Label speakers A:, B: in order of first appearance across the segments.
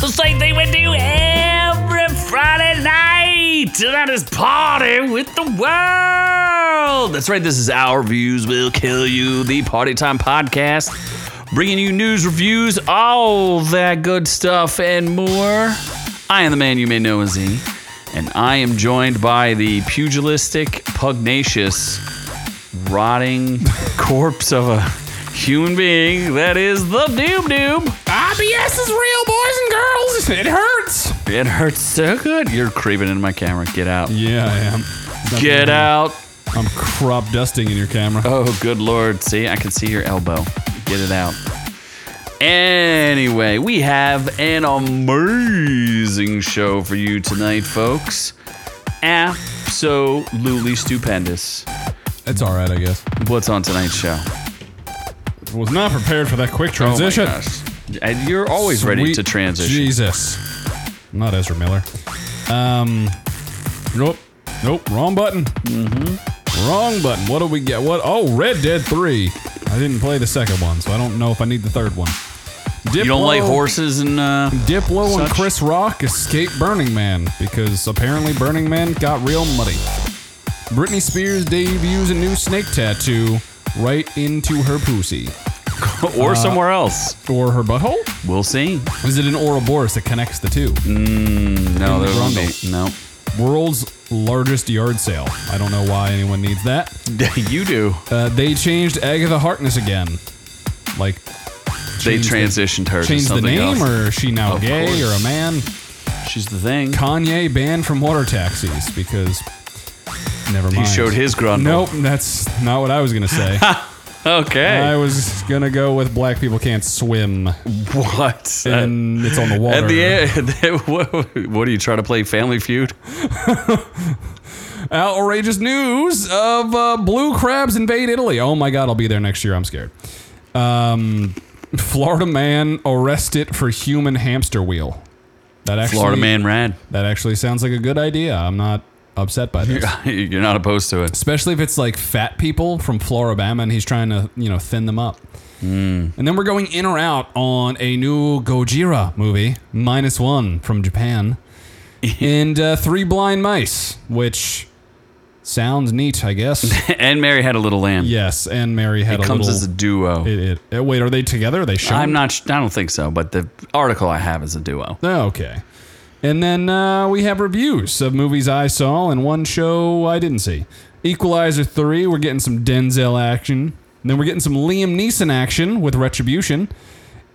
A: the same thing we do every Friday night. And that is Party with the World. That's right, this is Our Views Will Kill You, the Party Time Podcast, bringing you news, reviews, all that good stuff, and more. I am the man you may know as Z, and I am joined by the pugilistic, pugnacious, rotting corpse of a human being that is the Doob Doob.
B: IBS is real, boys and girls. It hurts.
A: It hurts so good. You're creeping into my camera. Get out.
B: Yeah, I am.
A: Get out.
B: I'm crop dusting in your camera.
A: Oh, good lord. See, I can see your elbow. Get it out. Anyway, we have an amazing show for you tonight, folks. Absolutely stupendous.
B: It's all right, I guess.
A: What's on tonight's show?
B: Was not prepared for that quick transition.
A: Oh my gosh. And you're always ready
B: Sweet
A: to transition.
B: Jesus, not Ezra Miller. Um, nope, nope, wrong button. Mm-hmm. Wrong button. What do we get? What? Oh, Red Dead Three. I didn't play the second one, so I don't know if I need the third one.
A: You don't like horses and uh
B: Diplo and
A: Such-
B: Chris Rock escape Burning Man because apparently Burning Man got real muddy. Britney Spears debuts a new snake tattoo right into her pussy
A: or
B: Uh,
A: somewhere else.
B: or her butthole.
A: We'll see.
B: Is it an Ouroboros that connects the two?
A: No,
B: the
A: there won't
B: grundle.
A: be. No.
B: World's largest yard sale. I don't know why anyone needs that.
A: you do.
B: Uh, they changed Agatha Harkness again. Like
A: They
B: changed the-
A: transitioned her to
B: Changed the
A: something
B: name,
A: else.
B: or is she now
A: Of
B: gay
A: course.
B: or a man?
A: She's the thing.
B: Kanye banned from water taxis because never
A: He
B: mind.
A: showed his grundle.
B: Nope, that's not what I was gonna say. I
A: Okay.
B: was gonna go with black people can't swim,
A: what?
B: and it's on the water.
A: Uh, At the end, what, what are you trying to play? Family Feud?
B: Outrageous news of uh, blue crabs invade Italy. Oh my god, I'll be there next year. I'm scared. Um, Florida man arrested for human hamster wheel. That actually,
A: Florida man rad.
B: That actually sounds like a good idea. I'm not upset by this.
A: You're not opposed to it.
B: especially if it's like fat people from Florabama and he's trying to, you know, thin them up.
A: Hmm.
B: And then we're going in or out on a new Gojira movie, Minus One from Japan, and uh, Three Blind Mice, which sounds neat, I guess.
A: And Mary had a little lamb.
B: yes, and Mary had a
A: Comes
B: little.
A: as a duo.
B: it, it, eh, wait, are they together? Are they shown?
A: I'm not. sh- I don't think so. But the article I have is a duo.
B: Oh, okay. And then uh, we have reviews of movies I saw and one show I didn't see. Equalizer 3, we're getting some Denzel action. And then we're getting some Liam Neeson action with Retribution.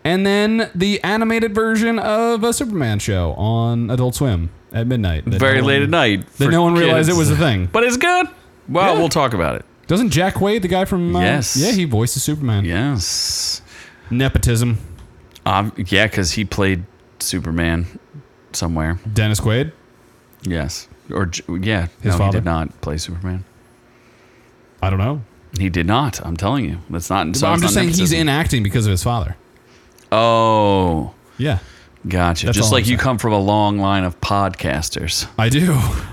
B: And then the animated version of a Superman show on Adult Swim at midnight. that
A: Very
B: no
A: late
B: one-
A: at night.
B: That
A: for
B: no one realized it
A: kids.
B: was a thing.
A: But it's good. Well,
B: Yeah.
A: we'll talk about it.
B: Doesn't Jack Quaid, the guy from. Uh,
A: Yes.
B: Yeah, he voices Superman.
A: Yes.
B: Nepotism.
A: Um, yeah, because he played Superman somewhere.
B: Dennis Quaid.
A: Yes. Or J- yeah,
B: His
A: no, he
B: father?
A: did not play Superman.
B: I don't know.
A: He did not. I'm telling you, that's not. So
B: I'm
A: it's
B: just
A: not
B: saying he's
A: nepotism.
B: in acting because of his father.
A: Oh,
B: Yeah.
A: gotcha.
B: That's
A: just
B: all
A: like
B: I'm
A: you
B: saying.
A: come from a long line of podcasters,
B: I do.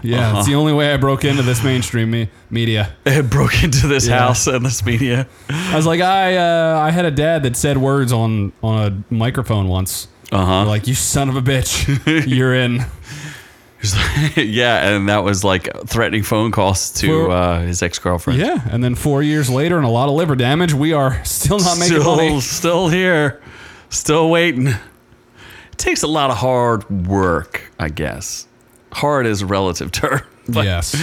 B: Yeah,
A: Uh-huh.
B: it's the only way I broke into this mainstream me- media.
A: it broke into this
B: Yeah.
A: house and this media.
B: I was like, I uh, I had a dad that said words on on a microphone once.
A: Uh huh.
B: Like you son of a bitch, you're in.
A: yeah, and that was like threatening phone calls to
B: For-
A: uh, his ex girlfriend.
B: Yeah, and then four years later, and a lot of liver damage. We are still not making
A: still,
B: money.
A: still here, still waiting. It takes a lot of hard work, I guess. Hard is a relative term. but-
B: Yes,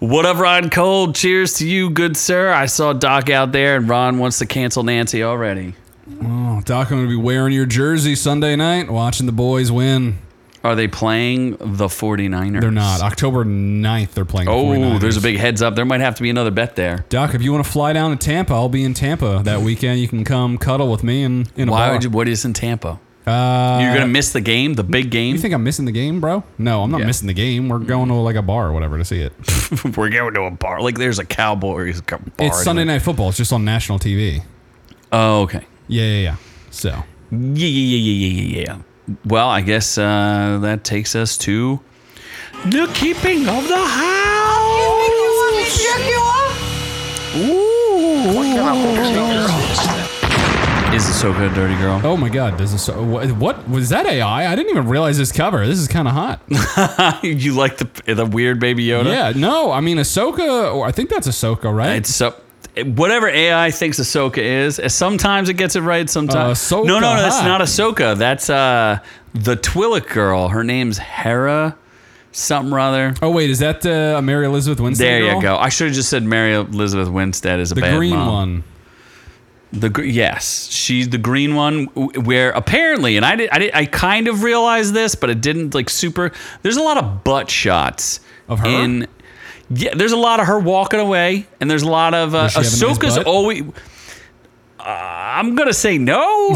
A: Whatever, Ron Cold? Cheers to you, good sir. I saw Doc out there, and Ron wants to cancel Nancy already.
B: oh, Doc, I'm gonna be wearing your jersey Sunday night, watching the boys win.
A: Are they playing the 49ers?
B: They're not. October 9th, they're playing. the
A: Oh,
B: 49ers.
A: there's a big heads up. There might have to be another bet there.
B: Doc. If you want to fly down to Tampa, I'll be in Tampa that weekend. You can come cuddle with me and in a
A: Why
B: bar.
A: would you? What is in Tampa?
B: Uh,
A: You're going to miss the game, the big game?
B: You think I'm missing the game, bro? No, I'm not
A: Yeah.
B: missing the game. We're going to like a bar or whatever to see it.
A: We're going to a bar. Like, there's a Cowboys bar.
B: It's Sunday Night Football. It's just on national TV.
A: Oh, okay.
B: Yeah, yeah, yeah. So
A: Yeah, yeah, yeah, yeah, yeah, yeah, yeah. Well, I guess uh, that takes us to the keeping of the house. Ooh. Is Ahsoka a dirty girl?
B: Oh my God! Does this what, what was that AI? I didn't even realize this cover. This is kind of hot.
A: you like the the weird Baby Yoda?
B: yeah, no, I mean Ahsoka. Or I think that's Ahsoka, right?
A: It's so whatever AI thinks Ahsoka is. uh, Sometimes it gets it right. Sometimes
B: Ahsoka,
A: no, no, no. That's
B: huh?
A: not Ahsoka. That's uh the Twi'lek girl. Her name's Hera, something or other.
B: oh wait, is that uh, Mary Elizabeth Winstead?
A: There
B: girl?
A: you go. I should have just said Mary Elizabeth Winstead is a
B: The
A: bad
B: green
A: mom.
B: one.
A: The gr- yes, she's the green one. w- Where apparently, and I did, I did, I kind of realized this, but it didn't like super. There's a lot of butt shots
B: Of her?
A: In, yeah, there's a lot of her walking away, and there's a lot of uh,
B: she have a nice
A: Ahsoka's
B: butt?
A: always. Uh, I'm gonna say no.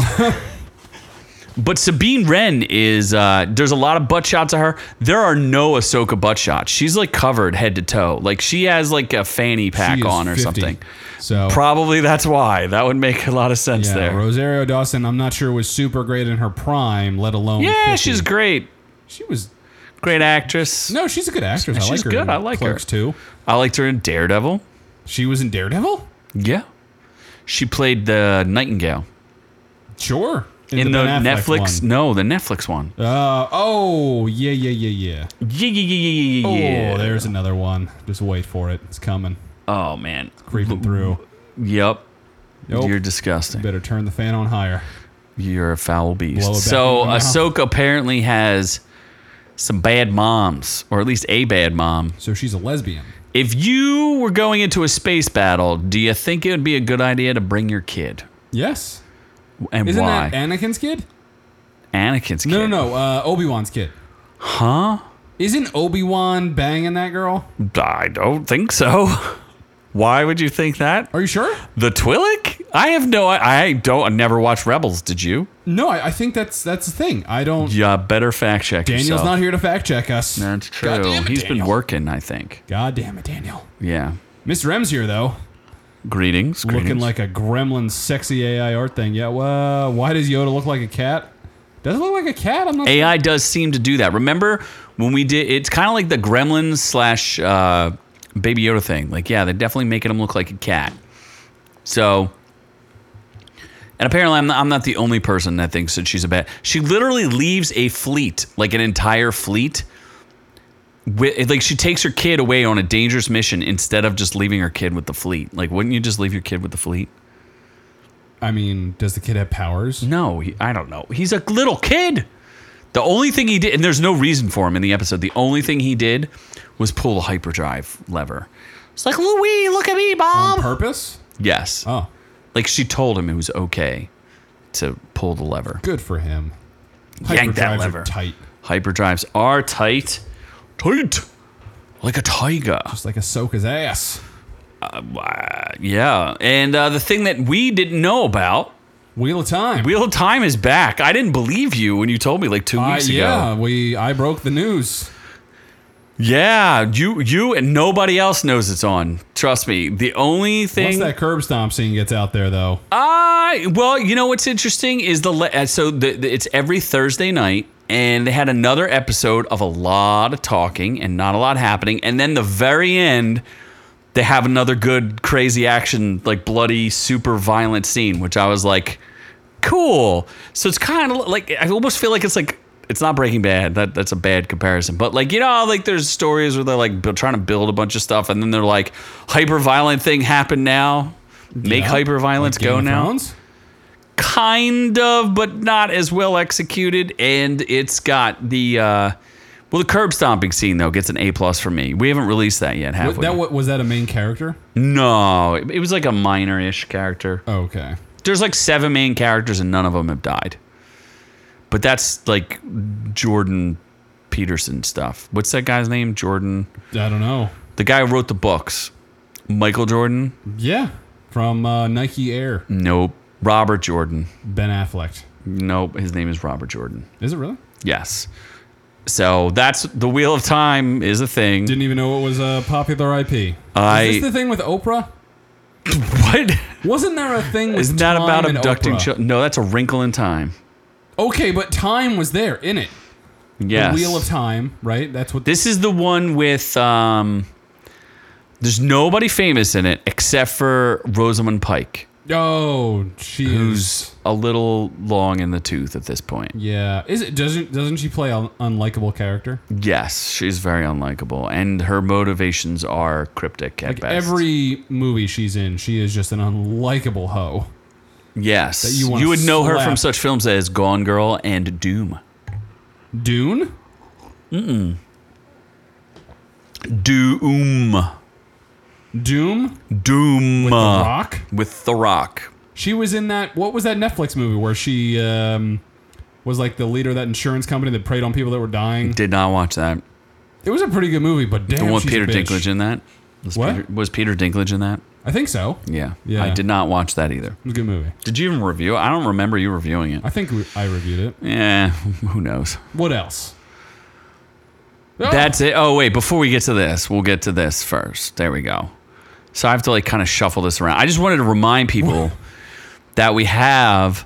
A: But Sabine Wren is uh, there's a lot of butt shots of her. There are no Ahsoka butt shots. She's like covered head to toe. Like she has like a fanny pack
B: She is
A: on or
B: 50.
A: something.
B: So
A: Probably that's why. That would make a lot of sense
B: yeah,
A: there.
B: Rosario Dawson. I'm not sure was super great in her prime, let alone.
A: yeah,
B: 50.
A: she's great.
B: She was
A: Great actress.
B: no, she's a good actress. I
A: She's
B: like her.
A: good.
B: in
A: I like her.
B: Clerks too.
A: I liked her in Daredevil.
B: She was in Daredevil.
A: Yeah. She played the Nightingale
B: Sure.
A: in the,
B: Ben Affleck
A: Netflix.
B: one.
A: No, the Netflix one.
B: Uh, oh yeah yeah yeah yeah.
A: Yeah, yeah, yeah, yeah, yeah, yeah.
B: Oh, there's another one. Just wait for it. It's coming.
A: Oh, man.
B: Creeping through.
A: Yep.
B: Nope.
A: You're disgusting.
B: Better turn the fan on higher.
A: You're a foul
B: Blow it
A: beast.
B: back
A: So
B: in my mouth.
A: Ahsoka apparently has some bad moms, or at least a bad mom.
B: So she's a lesbian.
A: If you were going into a space battle, do you think it would be a good idea to bring your kid?
B: Yes.
A: And
B: Isn't
A: why?
B: that Anakin's kid?
A: Anakin's kid.
B: No, no, no. Uh, Obi Wan's kid.
A: Huh?
B: Isn't Obi Wan banging that girl?
A: I don't think so. Why would you think that?
B: Are you sure?
A: The Twi'lek? I have no. I, I don't. I never watched Rebels. Did you?
B: No, I, I think that's that's the thing. I don't.
A: Yeah. Better fact check.
B: Daniel's
A: yourself.
B: not here to fact check us.
A: That's true.
B: God
A: He's
B: damn it,
A: been
B: Daniel.
A: working. I think.
B: God damn it, Daniel.
A: Yeah.
B: Mr. M's here though,
A: Greetings.
B: looking
A: greetings.
B: like a gremlin, sexy AI art thing. Yeah. Well, why does Yoda look like a cat? Does it look like a cat? I'm not.
A: AI does seem to do that. Remember when we did? It's kind of like the Gremlins slash uh, Baby Yoda thing. Like, yeah, they're definitely making him look like a cat. So, and apparently, I'm not, I'm not the only person that thinks that she's a bat. She literally leaves a fleet, like an entire fleet. With, like she takes her kid away on a dangerous mission instead of just leaving her kid with the fleet. Like, wouldn't you just leave your kid with the fleet?
B: I mean, does the kid have powers?
A: No, he, I don't know. He's a little kid. The only thing he did, and there's no reason for him in the episode, the only thing he did was pull the hyperdrive lever. It's like, Louie, look at me,
B: On
A: Bob.
B: purpose?
A: Yes.
B: Oh,
A: Like she told him it was okay to pull the lever.
B: good for him.
A: Yank that
B: Hyperdrives are
A: lever.
B: tight,
A: Hyperdrives are tight. Tight. Like a tiger.
B: just like Ahsoka's ass.
A: Uh, yeah. And uh, the thing that we didn't know about
B: Wheel of Time.
A: Wheel of Time is back. I didn't believe you when you told me like two
B: I-
A: weeks ago.
B: Uh, yeah, we. I broke the news.
A: Yeah, you you and nobody else knows it's on. Trust me. The only
B: Once
A: thing
B: that curb stomp scene gets out there, though,
A: I well, you know what's interesting is the le- uh, so the, the, it's every Thursday night and they had another episode of a lot of talking and not a lot happening and then the very end they have another good crazy action like bloody super violent scene which I was like cool. So it's kind of like I almost feel like it's like it's not Breaking Bad. That that's a bad comparison. But like you know, like there's stories where they're like bu- trying to build a bunch of stuff, and then they're like hyper violent thing happen now. Make
B: Yeah.
A: hyper violence
B: Game
A: go
B: of
A: now.
B: Thrones?
A: Kind of, but not as well executed. And it's got the uh, well, the curb stomping scene though gets an A plus for me. We haven't released that yet, have
B: Wa- That
A: we?
B: wa- was that a main character?
A: no, it, it was like a minor ish character.
B: Okay.
A: there's like seven main characters and none of them have died. But that's like Jordan Peterson stuff. What's that guy's name? Jordan,
B: I don't know.
A: the guy who wrote the books. Michael Jordan?
B: Yeah, from uh, Nike Air,
A: Nope. Robert Jordan?
B: Ben Affleck.
A: Nope. His name is Robert Jordan.
B: Is it really?
A: Yes. So that's the Wheel of Time is a thing.
B: Didn't even know it was a popular IP.
A: I-
B: Is this the thing with Oprah?
A: what?
B: Wasn't there a thing? With
A: Isn't that
B: time
A: about
B: and
A: abducting
B: Oprah?
A: children? No, that's a wrinkle in time.
B: Okay, but time was there in it.
A: Yes.
B: Wheel of Time, right? That's what.
A: This is the one with um there's nobody famous in it except for Rosamund Pike.
B: Oh, jeez.
A: who's a little long in the tooth at this point.
B: Yeah. Is it doesn't doesn't she play an unlikable character?
A: Yes, she's very unlikable, and her motivations are cryptic at
B: Like
A: best.
B: every movie she's in, she is just an unlikable hoe.
A: yes,
B: you
A: you,
B: wanna
A: would know her from
B: slap.
A: such films as Gone Girl and Doom.
B: Dune?
A: Doom,
B: Doom?
A: Doom uh,
B: The Rock?
A: with the Rock.
B: She was in that what was that Netflix movie where she um, was like the leader of that insurance company that preyed on people that were dying?
A: Did not watch that.
B: It was a pretty good movie, but damn,
A: And was
B: she's
A: Peter
B: a bitch.
A: Dinklage in that? Was
B: What?
A: Peter, was Peter Dinklage in that?
B: I think so. It
A: Yeah.
B: Yeah.
A: I did not watch that either.
B: was a good movie.
A: Did you even review it? I don't remember you reviewing it.
B: I think we- I reviewed it.
A: Yeah, who knows?
B: What else? Oh,
A: That's it. Oh wait, before we get to this, we'll get to this first. There we go. So I have to like kind of shuffle this around. I just wanted to remind people that we have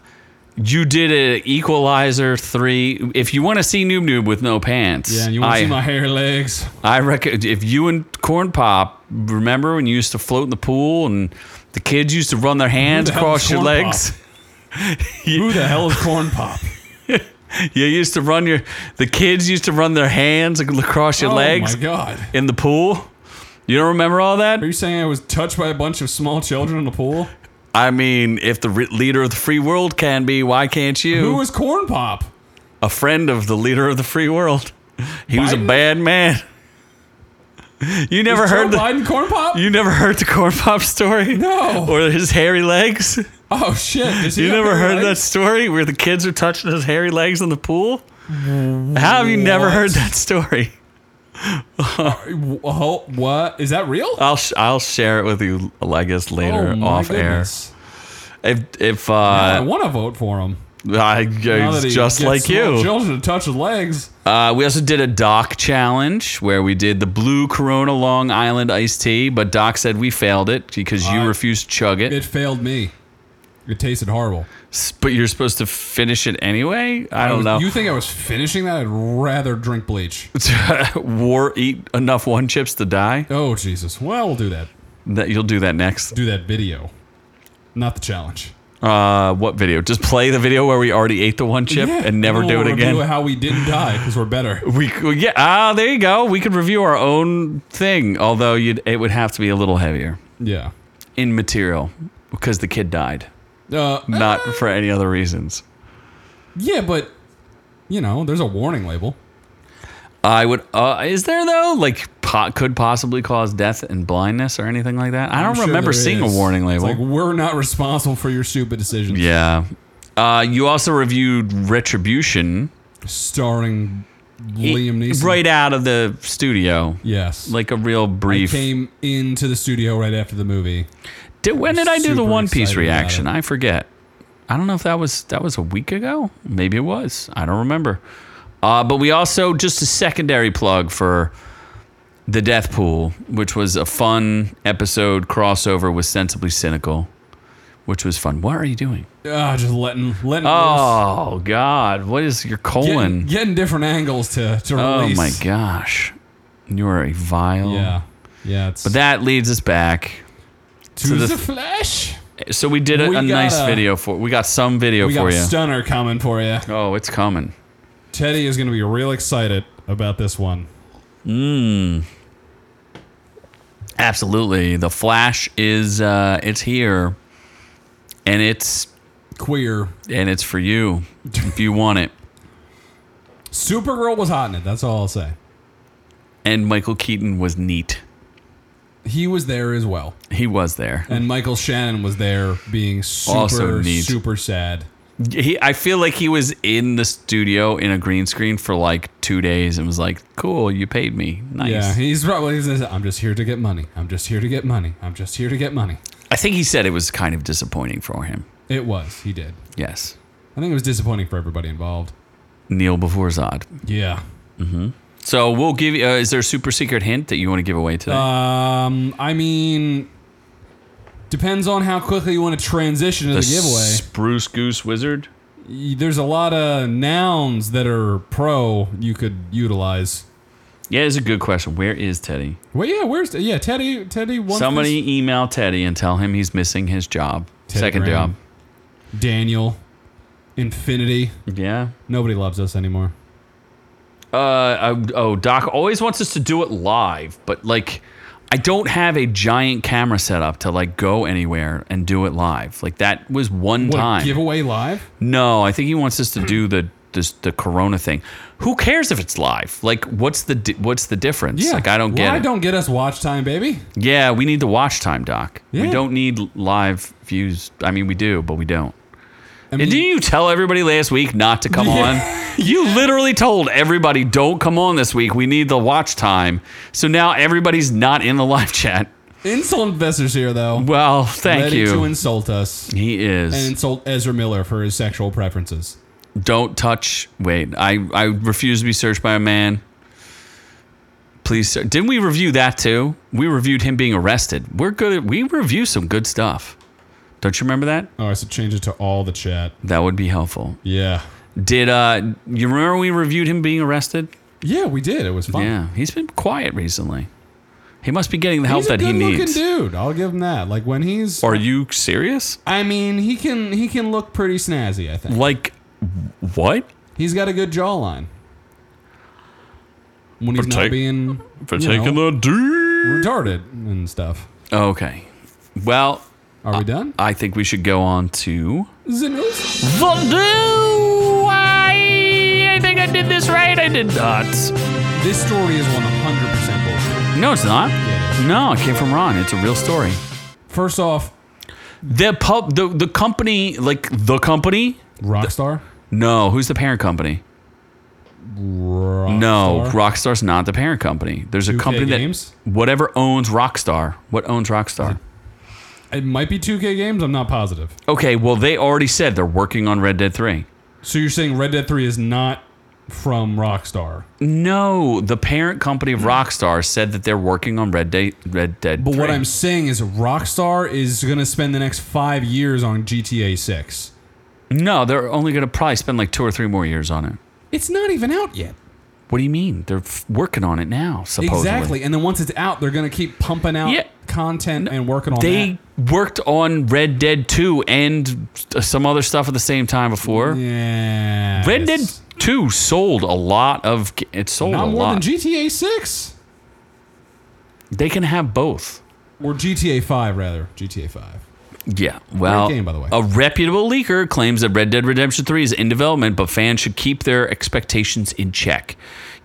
A: you did a Equalizer 3. If you want to see Noob Noob with no pants,
B: yeah. And you want
A: I,
B: to see my hair legs?
A: I reckon if you and Corn Pop remember when you used to float in the pool and the kids used to run their hands
B: the hell
A: across
B: is
A: your
B: Corn Pop?
A: legs.
B: Who the hell is Corn Pop?
A: You used to run your the kids used to run their hands across your
B: oh
A: legs
B: my god!
A: in the pool. You don't remember all that?
B: Are you saying I was touched by a bunch of small children in the pool?
A: I mean, if the re- leader of the free world can be, why can't you?
B: Who is Corn Pop?
A: a friend of the leader of the free world. He was a
B: Biden?
A: bad man. You never
B: Is Joe
A: heard the
B: Biden Corn Pop?
A: you never heard the corn pop story?
B: No.
A: Or his hairy legs?
B: oh shit! Does he
A: You
B: have
A: never
B: hairy
A: heard that
B: legs?
A: story where the kids are touching his hairy legs in the pool? How have you never
B: Mm, What?
A: heard that story?
B: W- Oh, what is that real?
A: I'll sh- I'll share it with you, I guess later
B: oh, my
A: off
B: goodness.
A: air. If if
B: I
A: uh,
B: want to vote for him.
A: I,
B: Now that he
A: just
B: gets
A: like
B: small
A: you.
B: Children to touch his legs.
A: Uh, we also did a Doc challenge where we did the blue Corona Long Island iced tea, but Doc said we failed it because you
B: I-
A: refused to chug it.
B: It failed me. It tasted horrible.
A: S- But you're supposed to finish it anyway. I don't
B: was-
A: know.
B: You think I was finishing that? I'd rather drink bleach.
A: War eat enough one chips to die.
B: Oh Jesus! Well, we'll do that.
A: That you'll do that next.
B: Do that video, not the challenge.
A: Uh, what video? Just play the video where we already ate the one chip
B: Yeah,
A: and never
B: we'll
A: do it
B: review
A: again.
B: How we didn't die because we're better.
A: We could- yeah ah there you go. We could review our own thing, although you'd it would have to be a little heavier
B: Yeah.
A: in material because the kid died,
B: Uh,
A: not for any other reasons.
B: yeah, but you know, there's a warning label.
A: I would uh, is there though like pot could possibly cause death and blindness or anything like that. I don't
B: I'm sure
A: remember
B: there
A: seeing
B: is.
A: a warning
B: It's
A: label.
B: like we're not responsible for your stupid decisions.
A: yeah. Uh, you also reviewed Retribution
B: Starring Liam Neeson.
A: right out of the studio,
B: Yes.
A: like a real brief.
B: came into the studio right after the movie.
A: Did, when did I do the
B: super
A: One Piece
B: excited about
A: reaction?
B: it.
A: I forget. I don't know if that was that was a week ago. Maybe it was. I don't remember. Uh, but we also just a secondary plug for the Death Pool, which was a fun episode crossover with Sensibly Cynical, which was fun. What are you doing?
B: Ah, just letting letting loose.
A: Oh God! What is your
B: Getting,
A: colon?
B: getting different angles to to
A: oh
B: release.
A: my gosh! You are a vile.
B: Yeah. Yeah, it's but
A: That leads us back.
B: to,
A: to
B: the,
A: the-
B: flesh.
A: So we did a,
B: We
A: a
B: got
A: nice
B: a-
A: video for. We got some video
B: We
A: for
B: got a
A: you.
B: stunner coming for you.
A: oh, it's coming.
B: Teddy is going to be real excited about this one.
A: Absolutely. The Flash is uh it's here and it's
B: Queer.
A: and it's for you if you want it.
B: Supergirl was hot in it. That's all I'll say.
A: And Michael Keaton was neat.
B: He was there as well.
A: He was there.
B: And Michael Shannon was there being super,
A: Also neat.
B: super sad.
A: He I feel like he was in the studio in a green screen for like 2 days and was like, "Cool, you paid me. Nice."
B: Yeah, he's probably, he's gonna say, I'm just here to get money. I'm just here to get money. I'm just here to get money.
A: I think he said it was kind of disappointing for him.
B: It was. He did.
A: Yes.
B: I think it was disappointing for everybody involved.
A: Neil before Zod.
B: Yeah.
A: So we'll give you. Uh, is there a super secret hint that you want to give away today?
B: Um, I mean, depends on how quickly you want to transition to the, giveaway.
A: Spruce Goose Wizard.
B: Y- There's a lot of nouns that are pro you could utilize.
A: Yeah, it's a good question. Where is Teddy?
B: Well, yeah, where's yeah Teddy? Teddy wants
A: Somebody email Teddy and tell him he's missing his job.
B: this-
A: Second job.
B: Daniel, Infinity.
A: Yeah.
B: Nobody loves us anymore.
A: Uh, I, oh, Doc always wants us to do it live, but like, I don't have a giant camera set up to like go anywhere and do it live. Like that was one
B: What
A: time.
B: giveaway live?
A: No, I think he wants us to do the this, the Corona thing. Who cares if it's live? Like, what's the di- what's the difference? Like, I don't get
B: Why
A: it.
B: don't get us watch time, baby?
A: yeah, we need the watch time, Doc. We
B: Yeah.
A: don't need live views. I mean, we do, but we don't.
B: I
A: And
B: mean-
A: didn't you tell everybody last week not to come
B: Yeah.
A: on? You literally told everybody, don't come on this week. We need the watch time. So now everybody's not in the live chat.
B: Insult investors here, though.
A: Well, thank
B: ready to
A: you.
B: insult us
A: he is.
B: and insult Ezra Miller for his sexual preferences.
A: Don't touch. Wait, I, I refuse to be searched by a man. Please, sir. Didn't we review that too? We reviewed him being arrested. We're good. At, we review some good stuff. Don't you remember that?
B: Oh, I should change it to all the chat.
A: That would be helpful.
B: Yeah.
A: Did uh, you remember we reviewed him being arrested?
B: Yeah, we did. It was fun.
A: Yeah, he's been quiet recently. He must be getting the help
B: He's a
A: that he
B: good-looking
A: needs.
B: dude. I'll give him that. Like when he's,
A: Are you serious?
B: I mean, he can he can look pretty snazzy. I think
A: Like, what?
B: he's got a good jawline. When he's
A: take-
B: not being
A: For
B: You taking
A: the D.
B: retarded and stuff.
A: Okay. Well,
B: Are we done?
A: I think we should go on to.
B: Is it news?
A: Voodoo! I, I think I did this right. I did not.
B: This story is 100% bullshit.
A: No, it's not.
B: it is.
A: No, it came from Ron. It's a real story.
B: First off,
A: The pub, the the company, like the company.
B: Rockstar.
A: No, who's the parent company?
B: Rockstar.
A: No, Rockstar's not the parent company. There's a
B: 2K
A: company that
B: Games?
A: whatever owns Rockstar. What owns Rockstar?
B: It might be 2K games. I'm not positive.
A: Okay, well they already said they're working on Red Dead Three.
B: So you're saying Red Dead 3 is not from Rockstar?
A: No, the parent company of Rockstar said that they're working on Red Dead. Red Dead.
B: But what
A: 3.
B: I'm saying is Rockstar is going to spend the next five years on GTA 6.
A: no, they're only going to probably spend like two or three more years on it.
B: It's not even out yet.
A: What do you mean? They're f- working on it now, supposedly.
B: Exactly. And then once it's out, they're going to keep pumping out
A: Yeah.
B: content and working on
A: They worked on Red Dead 2 and uh, some other stuff at the same time before.
B: that. Yeah.
A: Red Dead 2 sold a lot of. g- It sold
B: Not
A: a
B: more than
A: lot.
B: GTA 6
A: they can have both.
B: or GTA 5 rather. GTA 5.
A: Yeah. Well,
B: game, by the way.
A: a reputable leaker claims that Red Dead Redemption 3 is in development, but fans should keep their expectations in check.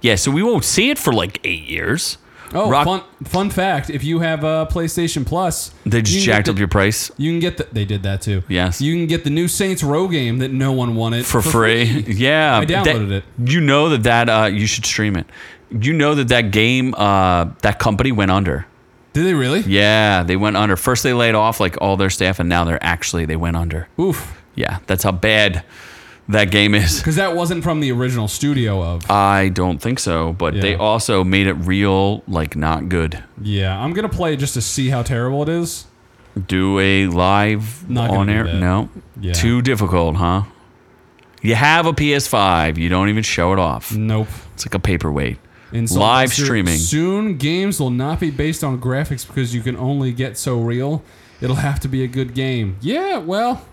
A: Yeah, so we won't see it for like eight years.
B: Oh,
A: Rock-
B: fun fun fact, if you have a PlayStation Plus,
A: They just
B: you can get
A: jacked
B: the-
A: up your price
B: You can get the. They did that too.
A: Yes.
B: You can get the new Saints Row game that no one wanted
A: for, free. Yeah,
B: I
A: that-
B: downloaded it.
A: You know that that uh, you should stream it. You know that that game uh, that company went under.
B: Did they really?
A: Yeah, they went under. First they laid off like all their staff, and now they're actually they went under.
B: Oof.
A: Yeah, that's how bad that game is.
B: Because that wasn't from the original studio of.
A: I don't think so, but they
B: Yeah.
A: also made it real, like not good.
B: yeah, I'm gonna play just to see how terrible it is.
A: Do a live
B: Not gonna
A: on
B: do
A: air?
B: that.
A: No,
B: Yeah.
A: too difficult, huh? You have a PS5, you don't even show it off.
B: Nope.
A: It's like a paperweight.
B: Insult
A: Live
B: Buster.
A: streaming.
B: Soon, games will not be based on graphics because you can only get so real. It'll have to be a good game. Yeah, well,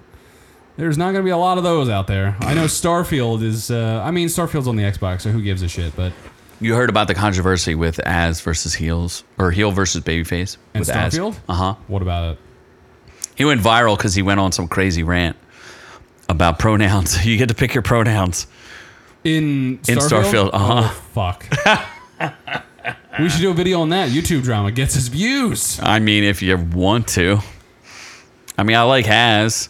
B: there's not gonna be a lot of those out there. I know Starfield is. Uh, I mean, Starfield's on the Xbox, so who gives a shit? But
A: You heard about the controversy with As versus Heels or Heel versus Babyface
B: And
A: with Az.
B: Starfield?
A: Uh huh.
B: what about it?
A: He went viral because he went on some crazy rant about pronouns. You get to pick your pronouns.
B: In Starfield?
A: In Starfield, uh-huh.
B: Oh, fuck. we should do a video on that. YouTube drama gets us views.
A: I mean, if you want to. I mean, I like Has,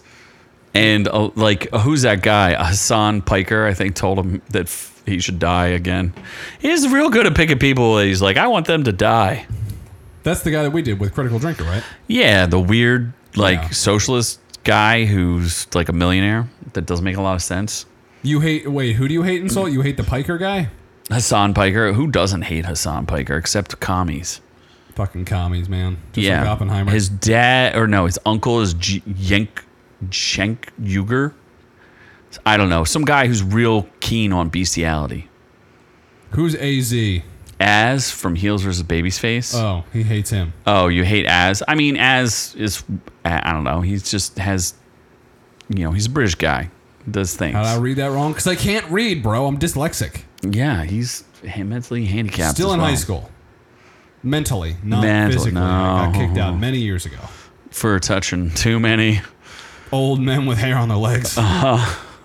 A: and uh, like who's that guy? Hassan Piker, I think, told him that f- he should die again. He's real good at picking people. He's like, I want them to die.
B: That's the guy that we did with Critical Drinker, right?
A: Yeah, the weird like
B: Yeah.
A: socialist guy who's like a millionaire that doesn't make a lot of sense.
B: You hate. Wait, who do you hate? Insult? You hate the Piker guy?
A: Hassan Piker, who doesn't hate Hassan Piker except commies?
B: Fucking commies, man. Just
A: yeah,
B: like Oppenheimer.
A: His dad or no, his uncle is G- Yank Jenk Uger. I don't know, some guy who's real keen on bestiality.
B: Who's Az?
A: As from Heels versus Baby's Face.
B: Uh, Oh, he hates him.
A: oh, you hate As? I mean, As is I I don't know. He's just has you know, he's a British guy, does things.
B: Did I read that wrong? Because I can't read, bro. I'm dyslexic.
A: yeah, he's ha- mentally handicapped.
B: Still
A: as
B: in
A: well.
B: high school. Mentally, not
A: Mental-
B: physically. I got
A: no.
B: kicked out many years ago.
A: for touching too many.
B: Old men with hair on their legs.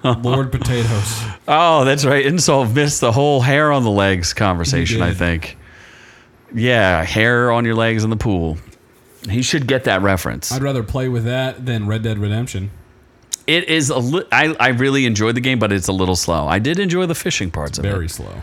B: Lord potatoes.
A: Oh, that's right. Insol missed the whole hair on the legs conversation, I
B: did.
A: think. Yeah, hair on your legs in the pool. He should get that reference.
B: I'd rather play with that than Red Dead Redemption.
A: It is a li- I, I really enjoyed the game, but it's a little slow. I did enjoy the fishing parts of
B: Very
A: it.
B: slow.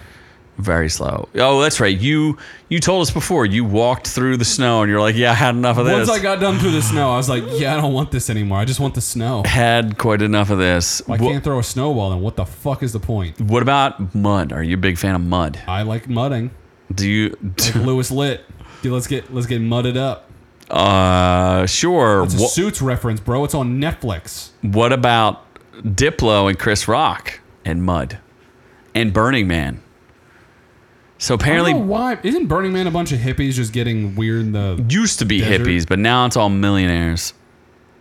A: Very slow. Oh, that's right. You you told us before you walked through the snow and you're like, yeah, I had enough of this.
B: Once I got done through the snow, I was like, yeah, I don't want this anymore. I just want the snow.
A: had quite enough of this.
B: If I
A: Wh-
B: can't throw a snowball, then what the fuck is the point?
A: what about mud? Are you a big fan of mud?
B: I like mudding.
A: Do you?
B: Like Lewis Lit. Dude, let's get let's get mudded up.
A: Uh, sure.
B: It's a
A: Wh-
B: suits reference, bro. It's on Netflix.
A: What about Diplo and Chris Rock and Mud and Burning Man? So
B: I don't know
A: apparently
B: why isn't Burning Man a bunch of hippies just getting weird in the
A: used to be
B: Desert.
A: hippies, but now it's all millionaires.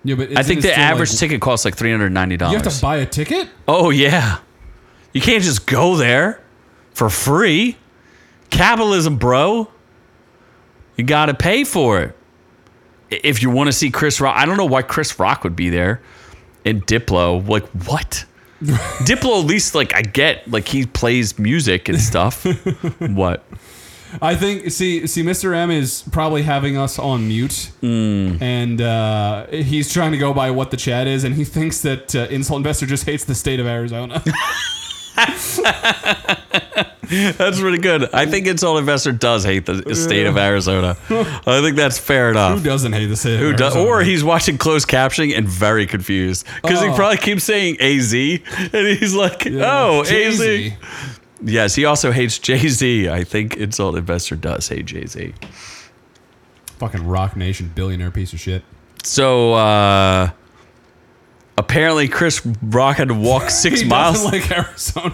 B: Yeah, but
A: I think the average ticket costs like three hundred ninety
B: You have
A: dollars.
B: to buy a ticket?
A: oh yeah, you can't just go there for free. Capitalism, bro. You got to pay for it. I- If you want to see Chris Rock, I don't know why Chris Rock would be there and Diplo. Like what? Diplo, at least like I get like he plays music and stuff. what?
B: I think see see Mr. M is probably having us on mute,
A: Hmm.
B: and uh, he's trying to go by what the chat is, and he thinks that uh, Insult Investor just hates the state of Arizona.
A: That's pretty good. I think Insult Investor does hate the state of Arizona. I think that's fair enough.
B: Who doesn't hate the state?
A: Who
B: of
A: does,
B: Arizona?
A: or he's watching closed captioning and very confused because he
B: Oh.
A: probably keeps saying AZ and he's like,
B: Yeah,
A: oh, AZ.
B: Jay-Z.
A: Yes, he also hates Jay Z. I think Insult Investor does hate Jay Z.
B: fucking Rock Nation billionaire piece of shit.
A: So uh, apparently, Chris Rock had to walk six
B: He
A: miles.
B: doesn't like Arizona.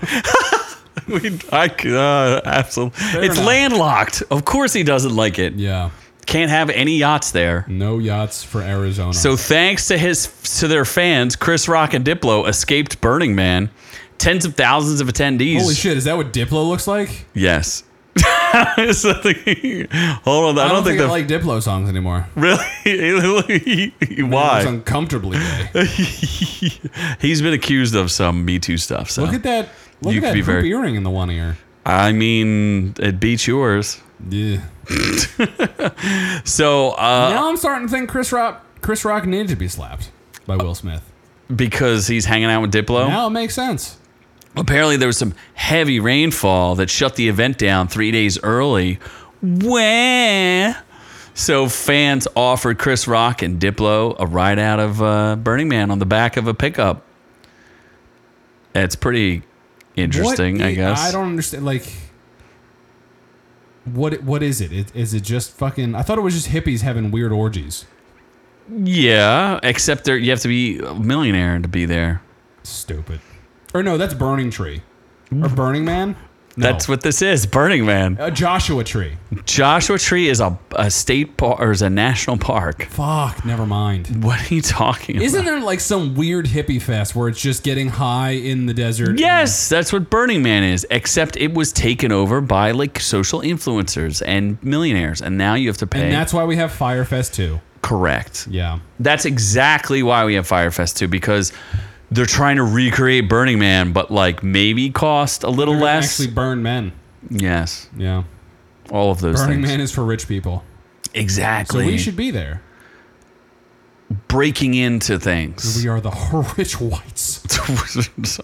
A: We- I c- uh, absolutely. It's
B: enough.
A: landlocked. Of course, he doesn't like it.
B: yeah,
A: Can't have any yachts there.
B: no yachts for Arizona.
A: So thanks to his to their fans, Chris Rock and Diplo escaped Burning Man. Tens of thousands of attendees.
B: holy shit, is that what Diplo looks like?
A: Yes. It's the thing- Hold on, I,
B: I
A: don't, think,
B: I
A: that
B: like Diplo songs anymore.
A: really.
B: It's
A: why?
B: uncomfortably gay.
A: He's been accused of some Me Too stuff. So
B: Look at that. Look
A: You could
B: at that
A: be
B: hoop
A: very-
B: earring in the one ear.
A: I mean, it beats yours.
B: Yeah.
A: So uh,
B: Now I'm starting to think Chris Rock Chris Rock needed to be slapped by Will Smith.
A: because he's hanging out with Diplo,
B: Now it makes sense.
A: apparently there was some heavy rainfall that shut the event down three days early. Wah. So fans offered Chris Rock and Diplo a ride out of uh, Burning Man on the back of a pickup. It's pretty interesting,
B: What
A: I
B: i-
A: guess.
B: I don't understand. Like, what what is it? it? Is it just fucking? I thought it was just hippies having weird orgies.
A: Yeah, except there you have to be a millionaire to be there.
B: Stupid. Or no, that's Burning Tree or Burning Man. No.
A: Mm-hmm. That's what this is, Burning Man.
B: a Joshua Tree.
A: Joshua Tree is a, a state park or is a national park.
B: Fuck. Never mind.
A: What are you talking about?
B: Isn't there like some weird hippie fest where it's just getting high in the desert?
A: Yes, that's what Burning Man is, except it was taken over by like social influencers and millionaires, and now you have to pay.
B: And that's why we have Firefest too.
A: correct.
B: Yeah.
A: That's exactly why we have Firefest too, because they're trying to recreate Burning Man, but like maybe cost a little
B: They're gonna
A: less.
B: Actually, burn men.
A: yes,
B: Yeah.
A: all of those
B: Burning
A: things.
B: Man is for rich people. So
A: Exactly.
B: we should be there.
A: breaking into things.
B: We are the rich whites.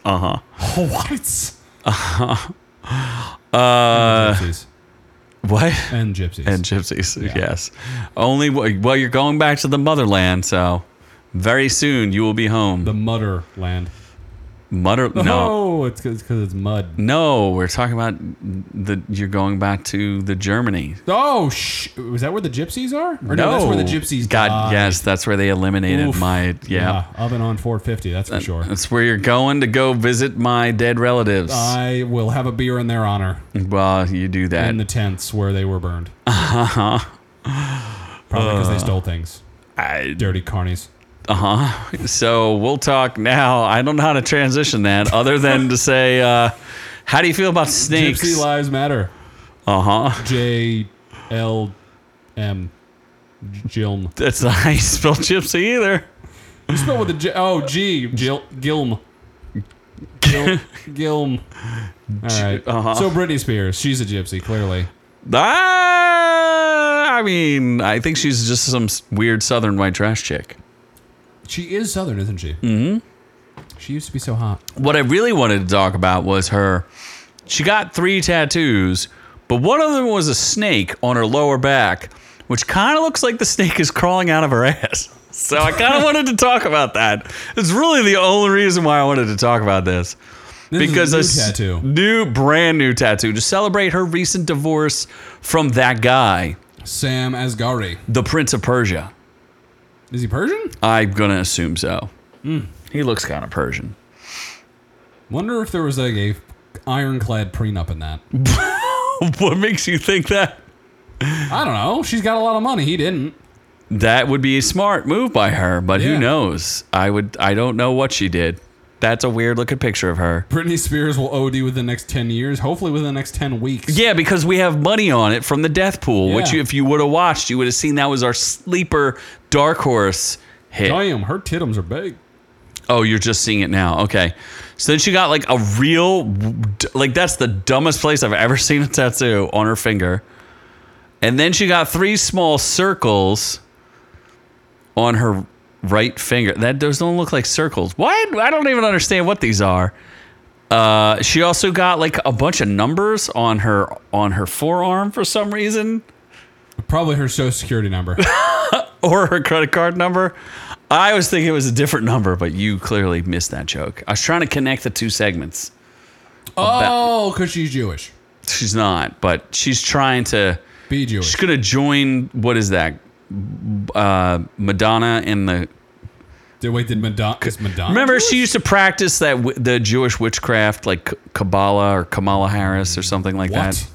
A: uh-huh.
B: Whites. Uh huh.
A: What?
B: and gypsies.
A: And gypsies, yes. Only w- well, you're going back to the motherland, so very soon you will be home.
B: the mudder land.
A: Mutter? No,
B: Oh, it's because it's mud.
A: no. We're talking about the you're going back to the Germany.
B: Oh, sh- was that where the gypsies are? Or no, that's where the gypsies
A: God,
B: died.
A: yes, that's where they eliminated
B: Oof.
A: my yeah.
B: Oven on 450, that's for sure.
A: That's where you're going to go visit my dead relatives.
B: I will have a beer in their honor
A: well, you do that.
B: in the tents where they were burned. Uh-huh. Probably because they stole things.
A: I,
B: Dirty carnies.
A: Uh-huh. So we'll talk now. I don't know how to transition that other than to say, uh, how do you feel about snakes?
B: Gypsy Lives Matter.
A: Uh-huh.
B: J L M. Gilm.
A: That's not how you spell gypsy either.
B: You spell with a J. Oh, G. Gil, Gilm. Gil, Gilm. All right.
A: uh-huh.
B: So Britney Spears. She's a gypsy, clearly.
A: Ah, I mean, I think she's just some s- weird southern white trash chick.
B: She is Southern, isn't she? Mm-hmm. She used to be so hot.
A: What I really wanted to talk about was her. She got three tattoos, but one of them was a snake on her lower back, which kind of looks like the snake is crawling out of her ass. So I kind of wanted to talk about that. It's really the only reason why I wanted to talk about this.
B: This is
A: because
B: a new
A: s-
B: tattoo.
A: new brand new tattoo to celebrate her recent divorce from that guy,
B: Sam Asghari.
A: the Prince of Persia.
B: Is he Persian?
A: I'm gonna assume so. Hmm. He looks kind of Persian.
B: Wonder if there was like a ironclad prenup in that.
A: what makes you think that?
B: I don't know. She's got a lot of money. He didn't.
A: That would be a smart move by her, but who
B: Yeah.
A: knows? I would. I don't know what she did. That's a weird looking picture of her.
B: Britney Spears will OD within the next 10 years, hopefully within the next 10 weeks.
A: Yeah, because we have money on it from the death pool, which
B: Yeah.
A: if you would have watched, you would have seen that was our sleeper dark horse hit.
B: Damn, her titums are big.
A: Oh, you're just seeing it now. Okay. So then she got like a real, like that's the dumbest place I've ever seen a tattoo on her finger. And then she got three small circles on her right finger. That those don't look like circles. What? I don't even understand what these are. Uh, she also got like a bunch of numbers on her on her forearm for some reason,
B: Probably her social security number.
A: or her credit card number. I was thinking it was a different number, but you clearly missed that joke. I was trying to connect the two segments.
B: oh, because she's Jewish.
A: She's not, but she's trying to.
B: Be Jewish.
A: She's gonna join. What is that? Uh, Madonna and the.
B: Did, wait, did Madonna? Is Madonna?
A: Remember,
B: Jewish?
A: she used to practice that wi- the Jewish witchcraft, like Kabbalah or Kamala Harris or something like
B: What?
A: that.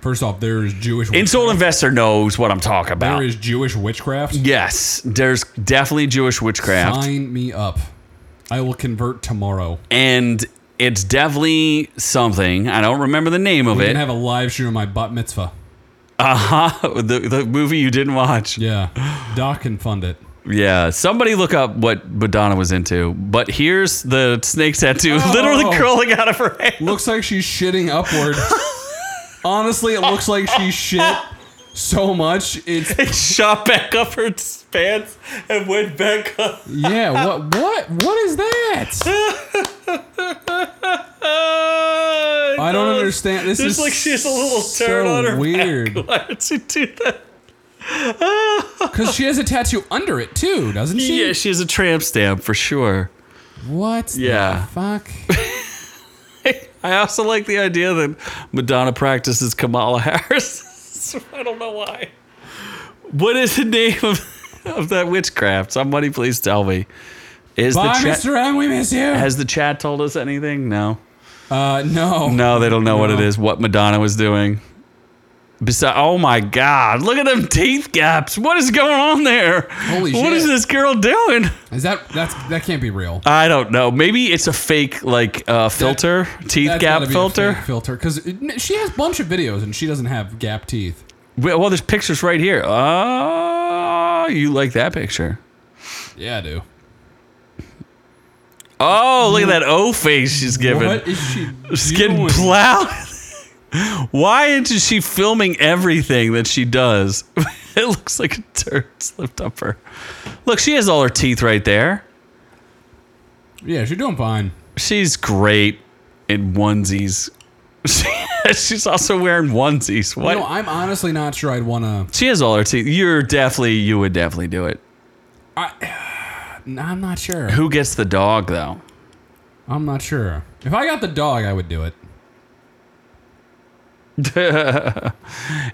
B: First off, there is Jewish.
A: Insole investor knows what I'm talking
B: There
A: about.
B: is Jewish witchcraft.
A: yes, there's definitely Jewish witchcraft.
B: Sign me up. I will convert tomorrow.
A: and it's definitely something. I don't remember the name of
B: We
A: it.
B: can have a live stream of my bat mitzvah.
A: uh-huh. the, the movie you didn't watch.
B: Yeah, Doc can fund it.
A: Yeah, somebody look up what Madonna was into. But here's the snake tattoo
B: Oh.
A: literally crawling out of her hand.
B: Looks like she's shitting upward. Honestly, it looks like she shit so much. It's
A: It shot back up her pants and went back up.
B: yeah. What what what is that? I don't understand. This
A: There's
B: is
A: Uh, like she has a little
B: so
A: turn on her
B: weird
A: Why would she do that?
B: because she has a tattoo under it too, doesn't she?
A: Yeah, she has a tramp stamp for sure.
B: What?
A: Yeah.
B: The fuck.
A: I also like the idea that Madonna practices Kamala Harris. I don't know why. What is the name of, of that witchcraft? Somebody please tell me. Is
B: Bye,
A: the chat
B: Mr. M. We miss you.
A: has the chat told us anything? No.
B: uh, no.
A: No, they don't know what it
B: No.
A: is. What Madonna was doing. Besides, oh my God! Look at them teeth gaps. What is going on there?
B: Holy
A: What
B: shit.
A: is this girl doing?
B: Is that that's that can't be real?
A: I don't know. Maybe it's a fake like uh, filter, teeth
B: That's
A: gap
B: gotta be a
A: filter.
B: fake filter because she has a bunch of videos and she doesn't have gap teeth.
A: Well, well, there's pictures right here. Oh, you like that picture?
B: Yeah, I do.
A: Oh, look at that O face she's giving.
B: What is she
A: She's
B: doing?
A: getting plowed. Why is she filming everything that she does? it looks like a turd slipped up her. Look, she has all her teeth right there.
B: yeah, she's doing fine.
A: She's great in onesies. she's also wearing onesies. What?
B: You know, I'm honestly not sure I'd want to.
A: she has all her teeth. You're definitely, you would definitely do it.
B: I'm not sure.
A: Who gets the dog though?
B: I'm not sure. If I got the dog, I would do it.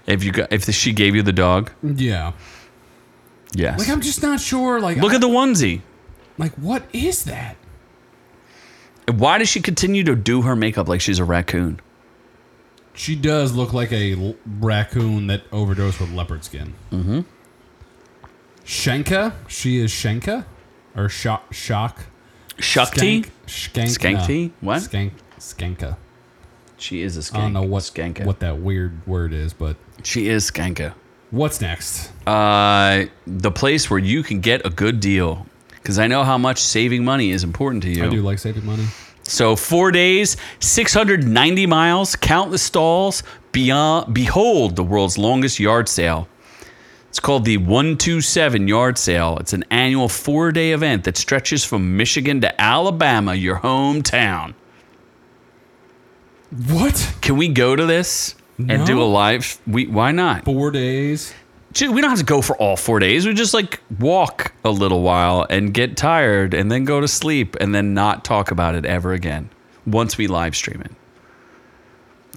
A: If you got, if she gave you the dog,
B: Yeah.
A: yes.
B: Like I'm just not sure. Like
A: Look at the onesie.
B: like what is that?
A: Why does she continue to do her makeup like she's a raccoon?
B: She does look like a l- raccoon that overdosed with leopard skin. Mm-hmm. Shenka. She is Shenka or Shock Shock
A: Shakti?
B: Skank Skank
A: Skankty?
B: no.
A: What?
B: Skank Skanka.
A: She is a skank.
B: I don't know what
A: skanka.
B: what that weird word is, but
A: She is skanka.
B: what's next?
A: Uh, the place where you can get a good deal. Because I know how much saving money is important to you.
B: I do like saving money.
A: So four days, 690 miles, countless stalls. Beyond, behold the world's longest yard sale. It's called the 127 Yard Sale. It's an annual four-day event that stretches from Michigan to Alabama, your hometown.
B: What?
A: Can we go to this and do
B: No.
A: a live? We why not?
B: Four days.
A: Gee, we don't have to go for all four days. We just like walk a little while and get tired and then go to sleep and then not talk about it ever again once we live stream it.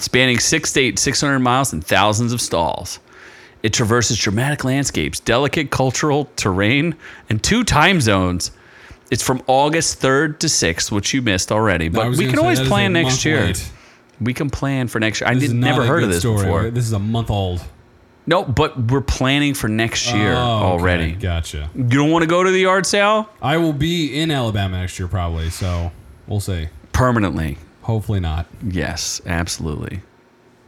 A: Spanning six to eight, 600 miles and thousands of stalls. It traverses dramatic landscapes, delicate cultural terrain, and two time zones. It's from August 3rd to 6th, which you missed already,
B: I
A: but
B: was
A: we
B: gonna
A: can
B: say,
A: always
B: that is a
A: plan
B: month
A: next year.
B: late. This
A: We can plan for next year. I
B: is
A: did
B: not
A: never
B: a
A: heard of
B: good
A: this
B: story.
A: before.
B: This is a month old.
A: No, but we're planning for next year
B: Oh, okay.
A: already.
B: Gotcha.
A: You don't want to go to the yard sale
B: I will be in Alabama next year probably, so we'll see.
A: permanently.
B: Hopefully not.
A: Yes, absolutely.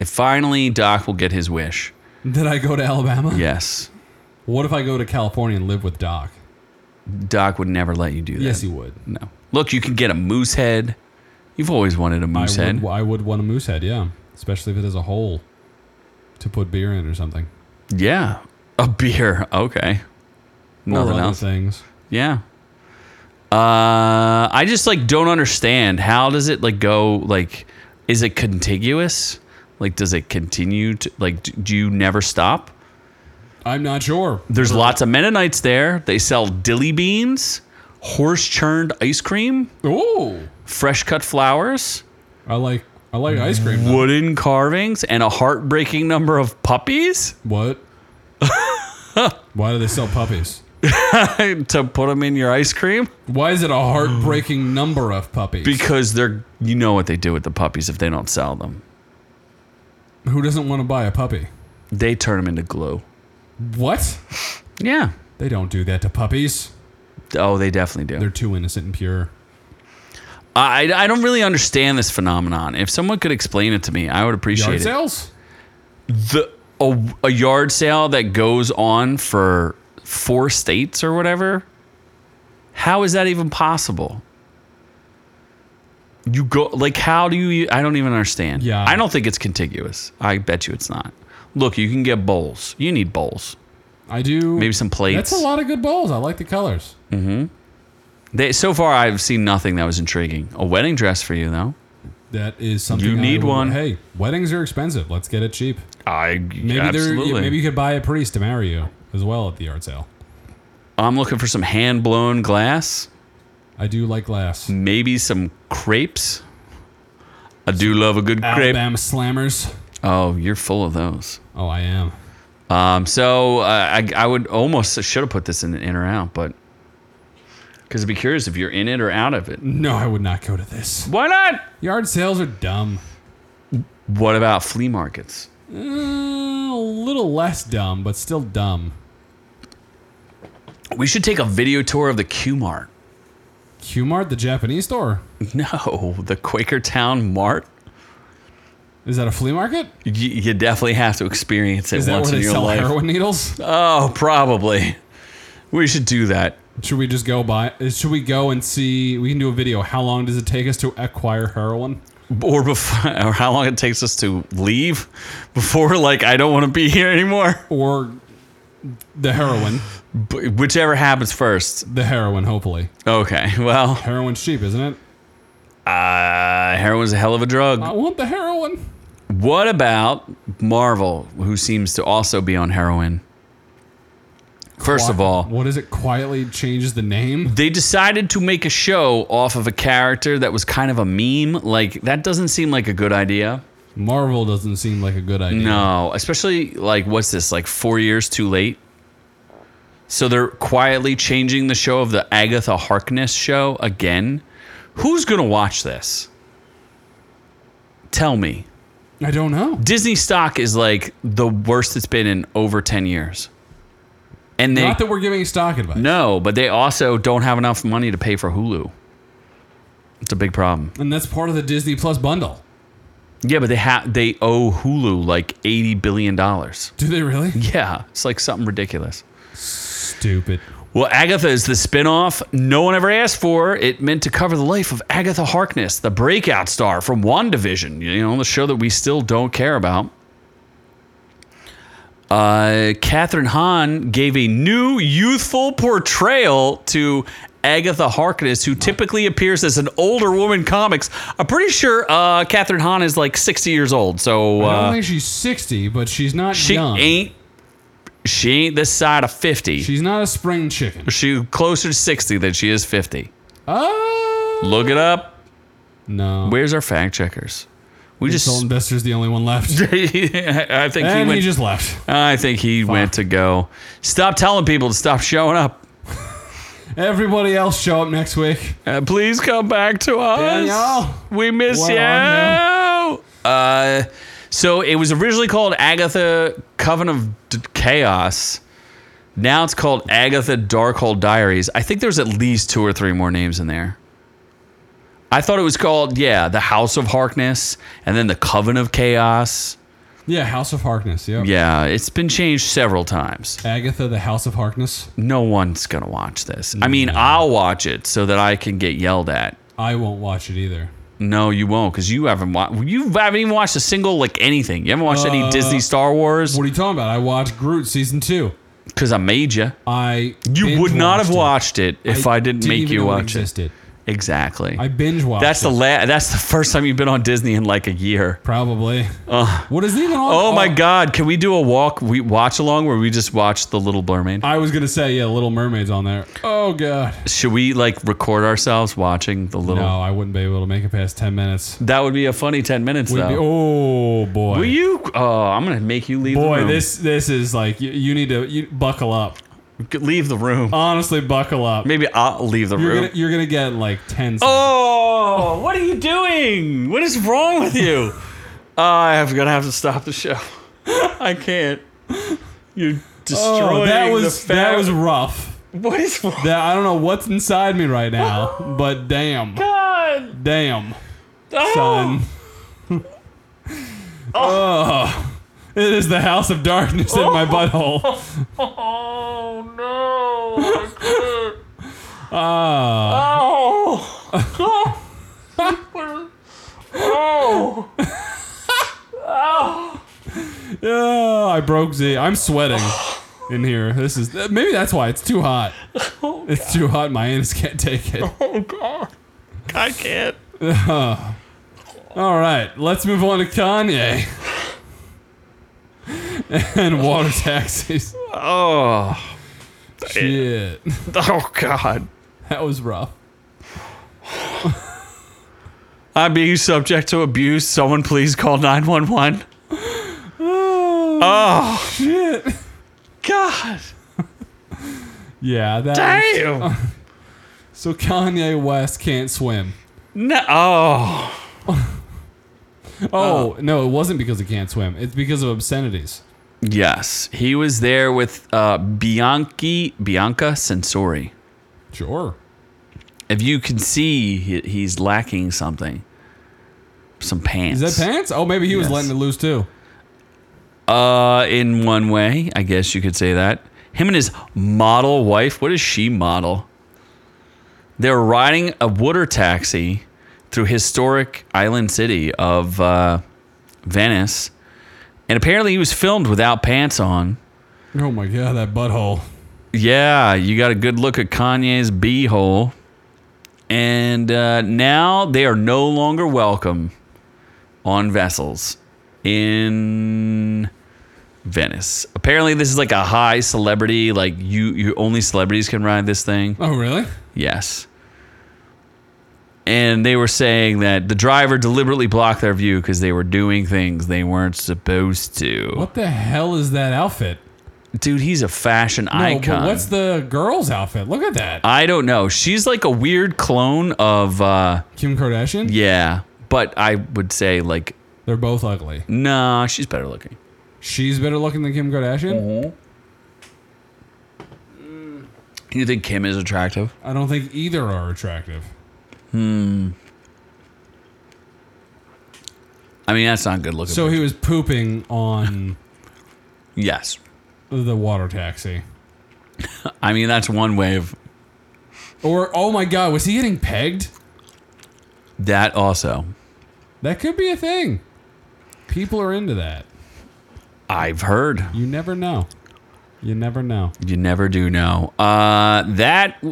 A: And finally, Doc will get his wish.
B: Did I go to Alabama?
A: Yes,
B: What if I go to California and live with Doc?
A: Doc would never let you do that.
B: Yes, he would.
A: No. Look, you can get a moose head. You've always wanted a
B: I
A: moose head.
B: would, I would want a moose head, yeah. Especially if it has a hole to put beer in or something.
A: yeah, a beer. Okay.
B: or
A: Nothing
B: other
A: else.
B: things.
A: Yeah. Uh, I just like don't understand how does it like go like is it contiguous? Like does it continue to like d- do you never stop?
B: I'm not sure.
A: There's lots of Mennonites there. They sell dilly beans, horse churned ice cream,
B: Ooh,
A: fresh cut flowers,
B: I like I like ice cream. though.
A: wooden carvings, and a heartbreaking number of puppies
B: What? Why do they sell puppies?
A: to put them in your ice cream
B: Why is it a heartbreaking number of puppies?
A: because they're you know what they do with the puppies if they don't sell them.
B: Who doesn't want to buy a puppy?
A: They turn them into glue.
B: What?
A: Yeah.
B: They don't do that to puppies.
A: Oh, they definitely do.
B: They're too innocent and pure.
A: I, I don't really understand this phenomenon. If someone could explain it to me, I would appreciate
B: Yard
A: it.
B: sales?
A: The a, a yard sale that goes on for four states or whatever. How is that even possible? You go like how do you? I don't even understand.
B: Yeah.
A: I don't think it's contiguous. I bet you it's not. Look, you can get bowls. You need bowls.
B: I do.
A: Maybe some plates.
B: That's a lot of good bowls. I like the colors.
A: They, so far, I've seen nothing that was intriguing. A wedding dress for you though.
B: That is something
A: You
B: I
A: need
B: would-
A: one.
B: Hey, weddings are expensive. Let's get it cheap.
A: I
B: Maybe
A: absolutely.
B: they're maybe you could buy a priest to marry you as well at the yard sale.
A: I'm looking for some hand blown glass.
B: I do like glass.
A: maybe some crepes. I do love a good crepe.
B: Alabama slammers.
A: Oh, you're full of those.
B: Oh, I am.
A: Um, so uh, I, I would almost I should have put this in in or out, but because I'd be curious if you're in it or out of it.
B: No, I would not go to this.
A: Why not?
B: Yard sales are dumb.
A: What about flea markets?
B: Uh, a little less dumb, but still dumb.
A: We should take a video tour of the Q Mart.
B: Q Mart, the Japanese store.
A: No, the Quakertown Mart.
B: Is that a flea market?
A: You, you definitely have to experience it
B: Is that
A: once
B: where
A: in
B: they
A: your
B: sell
A: life.
B: heroin needles?
A: Oh, probably. We should do that.
B: Should we just go by? Should we go and see? We can do a video. How long does it take us to acquire heroin?
A: or before or how long it takes us to leave before like I don't want to be here anymore.
B: Or the heroin?
A: B- whichever happens first.
B: The heroin, hopefully.
A: Okay. Well,
B: Heroin's cheap, isn't it?
A: uh, heroin's a hell of a drug.
B: I want the heroin.
A: What about Marvel, who seems to also be on heroin? First of
B: Qui-
A: all,
B: what is it? Quietly changes the name.
A: they decided to make a show off of a character that was kind of a meme. Like that doesn't seem like a good idea.
B: Marvel doesn't seem like a good idea.
A: No, especially like what's this? Like four years too late. So they're quietly changing the show of the Agatha Harkness show again. Who's gonna watch this? Tell me.
B: I don't know.
A: Disney stock is like the worst it's been in over ten years, and they
B: Not that we're giving stock advice.
A: no, but they also don't have enough money to pay for Hulu. It's a big problem.
B: And that's part of the Disney Plus bundle.
A: Yeah, but they have they owe Hulu like eighty billion dollars.
B: Do they really?
A: Yeah, it's like something ridiculous.
B: Stupid.
A: Well, Agatha is the spin-off no one ever asked for. It meant to cover the life of Agatha Harkness, the breakout star from WandaVision, you know, the show that we still don't care about. Uh, Catherine Hahn gave a new youthful portrayal to Agatha Harkness, who typically appears as an older woman in comics. I'm pretty sure uh, Catherine Hahn is like 60 years old, so
B: I don't
A: uh,
B: think she's 60, but she's not
A: she
B: young.
A: ain't she ain't this side of 50.
B: She's not a spring chicken.
A: She's closer to 60 than she is 50.
B: Oh!
A: Look it up.
B: No.
A: Where's our fact checkers? We just.
B: Sultan Bester's the only one left.
A: I think he
B: and
A: went.
B: he just left.
A: I think he went to go. Stop telling people to stop showing up.
B: Everybody else show up next week.
A: Uh, please come back to us.
B: Danielle,
A: we miss
B: we're
A: you. Uh, so it was originally called Agatha Coven of D- Chaos. Now it's called Agatha Darkhold Diaries. I think there's at least two or three more names in there. I thought it was called, yeah, the House of Harkness and then the Coven of Chaos.
B: Yeah, House of Harkness. Yep.
A: Yeah, it's been changed several times.
B: Agatha, the House of Harkness.
A: No one's going to watch this. I mean, I'll watch it so that I can get yelled at.
B: I won't watch it either.
A: No, you won't, because you haven't watched. You haven't even watched a single like anything. You haven't watched any
B: Uh,
A: Disney Star Wars
B: What are you talking about? I watched Groot season two.
A: because I made you.
B: I
A: You would not have watched it
B: it.
A: if I, didn't make
B: even
A: you
B: know it
A: watch it.
B: existed.
A: Exactly.
B: I binge watched.
A: that's the
B: it,
A: la- That's the first time you've been on Disney in like a year.
B: probably. what is it even on?
A: Oh, my God! Can we do a walk? We watch along where we just watch the Little Mermaid.
B: I was gonna say yeah, Little Mermaid's on there. Oh god.
A: Should we like record ourselves watching the little?
B: No, I wouldn't be able to make it past ten minutes.
A: That would be a funny ten minutes
B: We'd
A: though.
B: be- oh boy.
A: Will you? Oh, I'm gonna make you leave. the
B: Boy,
A: room.
B: this this is like you, you need to you, buckle up.
A: leave the room.
B: Honestly, buckle up.
A: Maybe I'll leave the
B: Uh, You're
A: room.
B: gonna, you're gonna get like ten. seconds.
A: Oh, what are you doing? What is wrong with you? I'm gonna Ah, have to stop the show. I can't. You're destroying
B: Oh, that was
A: the
B: that
A: fabric.
B: was rough.
A: what is wrong?
B: That I don't know what's inside me right now, but damn,
A: God,
B: damn,
A: oh.
B: son. oh. it is the house of darkness in my butthole.
A: Oh no! I can't.
B: Ah,
A: Oh. oh.
B: yeah, I broke Z. I'm sweating in here. This is maybe that's why it's too hot. It's too hot. My anus can't take it.
A: Oh God, I can't.
B: All right, let's move on to Kanye and water taxis.
A: Oh.
B: Shit,
A: Oh God.
B: that was rough.
A: I'm being subject to abuse. Someone please call 911. Oh,
B: Shit.
A: God.
B: Yeah, that. was-
A: Damn.
B: so Kanye West can't swim.
A: No. Oh.
B: Oh no, it wasn't because he can't swim. It's because of obscenities.
A: Yes. He was there with uh, Bianchi, Bianca Sensori.
B: Sure.
A: If you can see, he, he's lacking something. Some
B: Is
A: pants.
B: that pants? Oh, maybe he was
A: Yes.
B: letting it loose too.
A: Uh, in one way, I guess you could say that. Him and his model wife, what does she model? They're riding a water taxi through historic island city of uh, Venice. And apparently he was filmed without pants on.
B: Oh my god, that butthole.
A: Yeah, you got a good look at Kanye's beehole. And uh, now they are no longer welcome on vessels in Venice. Apparently, this is like a high celebrity. Like you, you only celebrities can ride this thing.
B: Oh really?
A: Yes. And they were saying that the driver deliberately blocked their view because they were doing things they weren't supposed to.
B: What the hell is that outfit?
A: Dude, he's a fashion
B: No,
A: icon. Uh,
B: but what's the girl's outfit? Look at that.
A: I don't know. She's like a weird clone of uh
B: Kim Kardashian.
A: yeah, but I would say like
B: They're both ugly.
A: nah, she's better looking.
B: Mm. She's better looking than Kim Kardashian.
A: You think Kim is attractive?
B: I don't think either are attractive.
A: I mean, that's not good looking.
B: So he was pooping on
A: yes,
B: the water taxi.
A: I mean that's one way of
B: Or oh my god, was he getting pegged?
A: that. Also,
B: That could be a thing. People are into that.
A: I've heard
B: You never know. You never know.
A: you never do know. Uh, that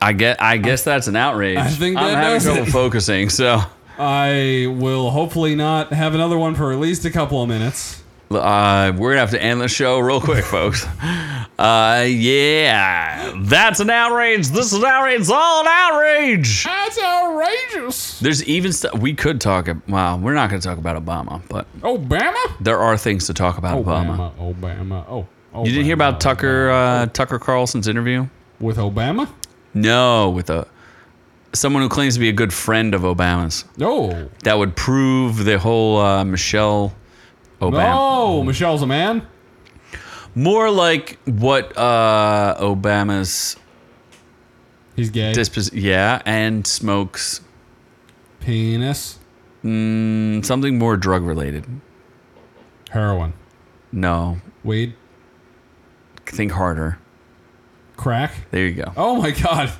A: I get. I guess that's an outrage.
B: I think
A: I'm
B: that
A: having
B: does
A: trouble
B: it.
A: focusing. So
B: I will hopefully not have another one for at least a couple of minutes.
A: uh, we're gonna have to end the show real quick, folks. Uh, yeah, that's an outrage. This is an outrage. It's all an outrage.
B: That's outrageous.
A: There's even stuff we could talk. ab- Wow, we're not gonna talk about Obama, but
B: Obama?
A: there are things to talk about Obama.
B: Obama. Obama. Oh.
A: You didn't hear
B: Obama.
A: about Tucker uh, Tucker Carlson's interview?
B: with Obama?
A: No, with a someone who claims to be a good friend of Obama's.
B: No.
A: That would prove the whole uh, Michelle Obama.
B: No, Oh, Michelle's a man.
A: More like what uh, Obama's
B: He's gay.
A: dispos- yeah, and smokes
B: Penis.
A: mm, something more drug related.
B: Heroin.
A: No,
B: Weed.
A: think harder.
B: Crack.
A: There you go.
B: Oh my god.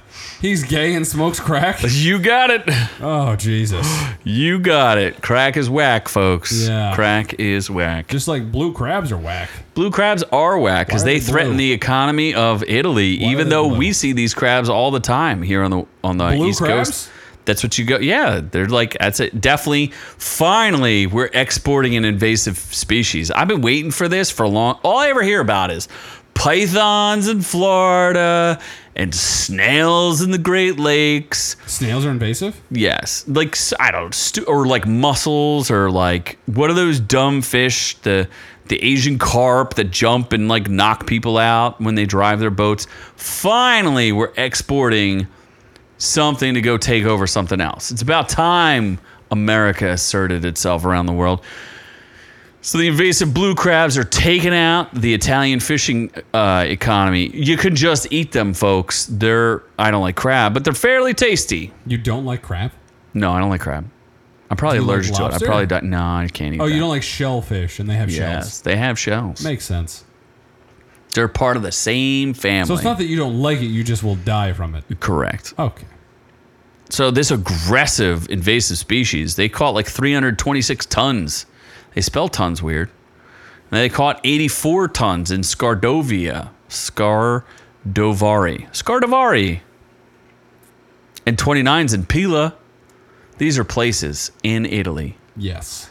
B: He's gay and smokes crack.
A: You got it.
B: Oh Jesus.
A: You got it. Crack is whack, folks.
B: Yeah.
A: Crack is whack.
B: Just like blue crabs are whack.
A: Blue crabs are whack because
B: Why are
A: they
B: they
A: threaten
B: blue?
A: the economy of Italy,
B: are
A: even
B: they
A: though
B: blue?
A: we see these crabs all the time here on the on the
B: Blue
A: East
B: crabs?
A: Coast. That's what you go. Yeah, they're like that's it. Definitely, finally, we're exporting an invasive species. I've been waiting for this for long. All I ever hear about is pythons in Florida and snails in the Great Lakes.
B: Snails are invasive.
A: Yes, like s- I don't stu- or like mussels or like what are those dumb fish the the Asian carp that jump and like knock people out when they drive their boats. Finally, we're exporting something to go take over something else. It's about time America asserted itself around the world. So the invasive blue crabs are taking out the Italian fishing uh, economy. You can just eat them, folks. They're I don't like crab, but they're fairly tasty.
B: You don't like crab?
A: No, I don't like crab. I'm probably
B: you like
A: allergic to it. I
B: lobster?
A: probably don't. No, I can't eat.
B: Oh,
A: that.
B: you don't like shellfish and they have
A: Yes,
B: shells.
A: they have shells.
B: Makes sense.
A: They're part of the same family.
B: So it's not that you don't like it, you just will die from it.
A: correct.
B: Okay.
A: So this aggressive invasive species, they caught like 326 tons. They spell tons weird. And they caught 84 tons in Scardovia, Scardovari, Scardovari, and 29s in Pila. These are places in Italy.
B: Yes.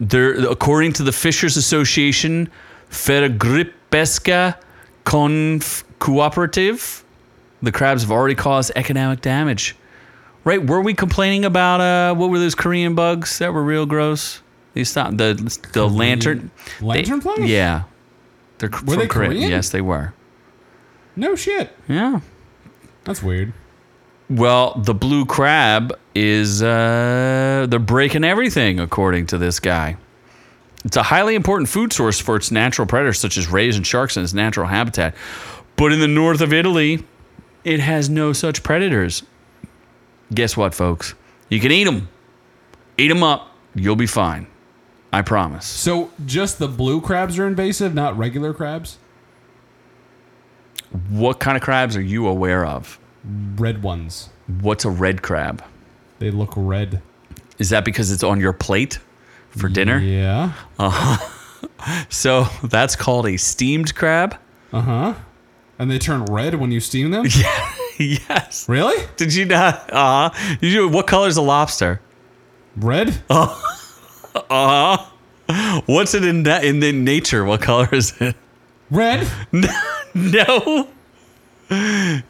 A: There, according to the Fishers Association, Fergripesca Conf Cooperative, the crabs have already caused economic damage. Right? Were we complaining about uh, what were those Korean bugs that were real gross? These th- the the lantern
B: Lantern
A: they-
B: flies?
A: Yeah, they're were from
B: they
A: Korea.
B: Korean?
A: Yes, they were.
B: No shit.
A: Yeah.
B: That's weird.
A: Well, the blue crab is uh, they're breaking everything, according to this guy. It's a highly important food source for its natural predators, such as rays and sharks, in its natural habitat. But in the north of Italy, it has no such predators. Guess what, folks? You can eat them. Eat them up. You'll be fine. I promise.
B: So just the blue crabs are invasive, not regular crabs?
A: What kind of crabs are you aware of?
B: Red ones.
A: What's a red crab?
B: They look red.
A: Is that because it's on your plate for dinner?
B: Yeah.
A: So that's called a steamed crab.
B: And they turn red when you steam them?
A: yes.
B: Really?
A: Did you not? Uh huh. You do- what color's a lobster?
B: Red?
A: What's it in that in the nature? What color is it?
B: Red?
A: No. No. Uh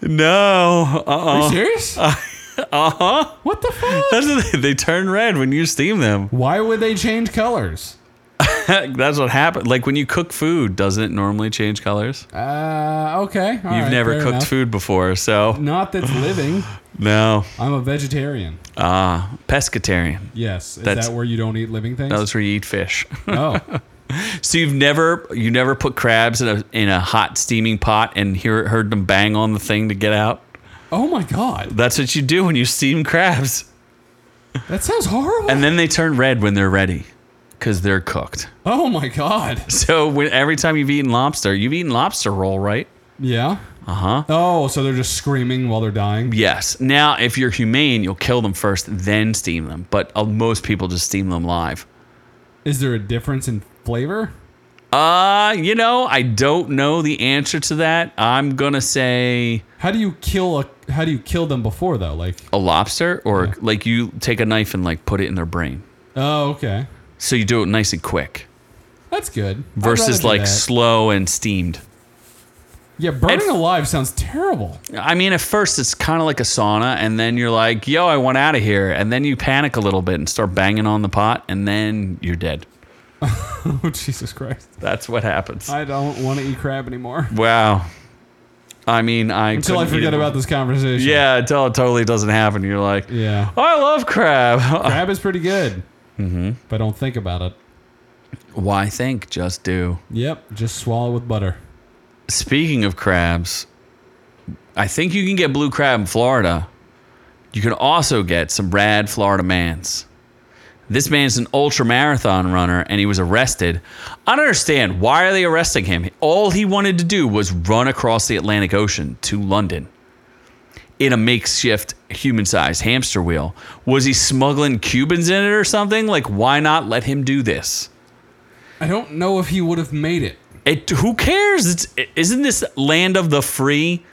A: uh-huh. uh
B: Are you serious? Uh huh. What the fuck?
A: That's what they, they turn red when you steam them.
B: Why would they change colors?
A: That's what happened. Like when you cook food, doesn't it normally change colors?
B: Uh, okay. All
A: You've
B: right,
A: never
B: fair
A: cooked
B: enough.
A: food before, so
B: Not that's living.
A: no.
B: I'm a vegetarian.
A: Ah, pescatarian.
B: Yes. Is
A: That's-
B: that where you don't eat living things?
A: That's where you eat fish.
B: oh.
A: So you've never you never put crabs in a in a hot steaming pot and hear heard them bang on the thing to get out.
B: Oh my god,
A: That's what you do when you steam crabs,
B: that sounds horrible.
A: and then they turn red when they're ready, because they're cooked.
B: oh my god,
A: So when, every time you've eaten lobster, you've eaten lobster roll, right?
B: yeah. Uh
A: Uh-huh.
B: huh. Oh, so they're just screaming while they're dying.
A: Yes. Now, if you're humane, you'll kill them first, then steam them. But uh, most people just steam them live.
B: Is there a difference in flavor?
A: Uh, you know, I don't know the answer to that. I'm gonna say
B: How do you kill a? How do you kill them before though? Like,
A: a lobster, or like you take a knife and like put it in their brain.
B: oh okay,
A: So you do it nice and quick,
B: that's good. I'd rather
A: versus
B: do
A: like
B: that.
A: slow and steamed.
B: yeah, burning
A: and-
B: alive sounds terrible.
A: I mean, at first it's kind of like a sauna, and then you're like, "Yo, I want out of here," and then you panic a little bit and start banging on the pot, and then you're dead.
B: Oh Jesus Christ!
A: That's what happens.
B: I don't want to eat crab anymore
A: wow. I mean, I
B: until I
A: couldn't eat
B: forget
A: it.
B: about this conversation.
A: Yeah, until it totally doesn't happen. You're like,
B: yeah.
A: I love crab.
B: Crab is pretty good. Mm-hmm. But don't think about it.
A: Why think? Just do.
B: Yep, just swallow with butter.
A: Speaking of crabs, I think you can get blue crab in Florida. You can also get some rad Florida mans. This man's an ultra marathon runner and he was arrested. I don't understand. Why are they arresting him? All he wanted to do was run across the Atlantic Ocean to London in a makeshift human sized hamster wheel. Was he smuggling Cubans in it or something? Like, why not let him do this?
B: I don't know if he would have made it.
A: It, who cares? It's, isn't this land of the free?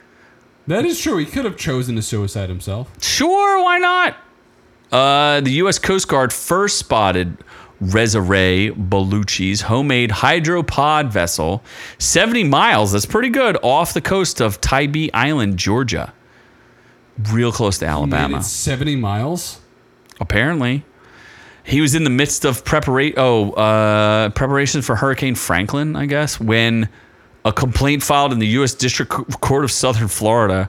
B: That is true. He could have chosen to suicide himself.
A: Sure, why not? Uh, the U.S. Coast Guard first spotted Resere Bellucci's homemade hydropod vessel 70 miles, that's pretty good, off the coast of Tybee Island, Georgia. Real close to
B: Made
A: Alabama.
B: it 70 miles?
A: Apparently. He was in the midst of prepara- oh, uh, preparations for Hurricane Franklin, I guess, when a complaint filed in the U.S. District Co- Court of Southern Florida.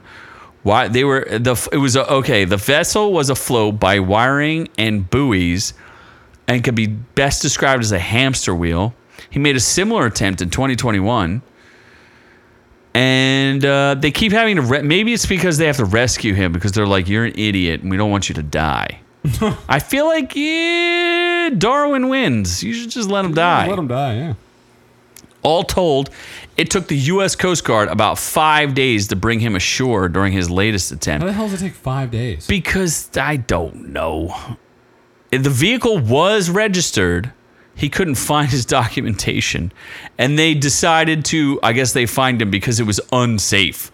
A: Why they were the it was a, okay. The vessel was afloat by wiring and buoys, and could be best described as a hamster wheel. He made a similar attempt in 2021, and uh, they keep having to. Re- maybe it's because they have to rescue him because they're like, "You're an idiot, and we don't want you to die." I feel like yeah, Darwin wins. You should just let him die.
B: Let him die, yeah.
A: All told, it took the U.S. Coast Guard about five days to bring him ashore during his latest
B: How
A: attempt.
B: the hell does it take five days?
A: Because I don't know. The vehicle was registered. He couldn't find his documentation. And they decided to, I guess they fined him because it was unsafe.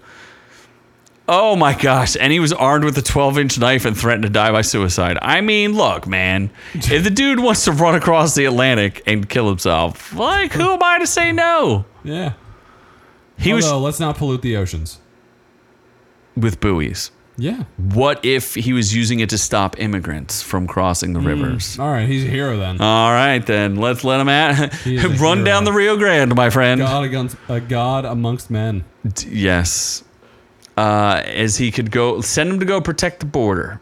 A: Oh my gosh. And he was armed with a 12 inch knife and threatened to die by suicide. I mean, look, man, if the dude wants to run across the Atlantic and kill himself, like, who am I to say no?
B: yeah.
A: He
B: Although,
A: was
B: let's not pollute the oceans.
A: with buoys.
B: Yeah.
A: What if he was using it to stop immigrants from crossing
B: Hmm.
A: the rivers?
B: All right, he's a hero then.
A: All right, then let's let him at
B: is a
A: run
B: hero.
A: down the Rio Grande, my friend.
B: God against a god amongst men.
A: D- Yes, uh, as he could go, send him to go protect the border,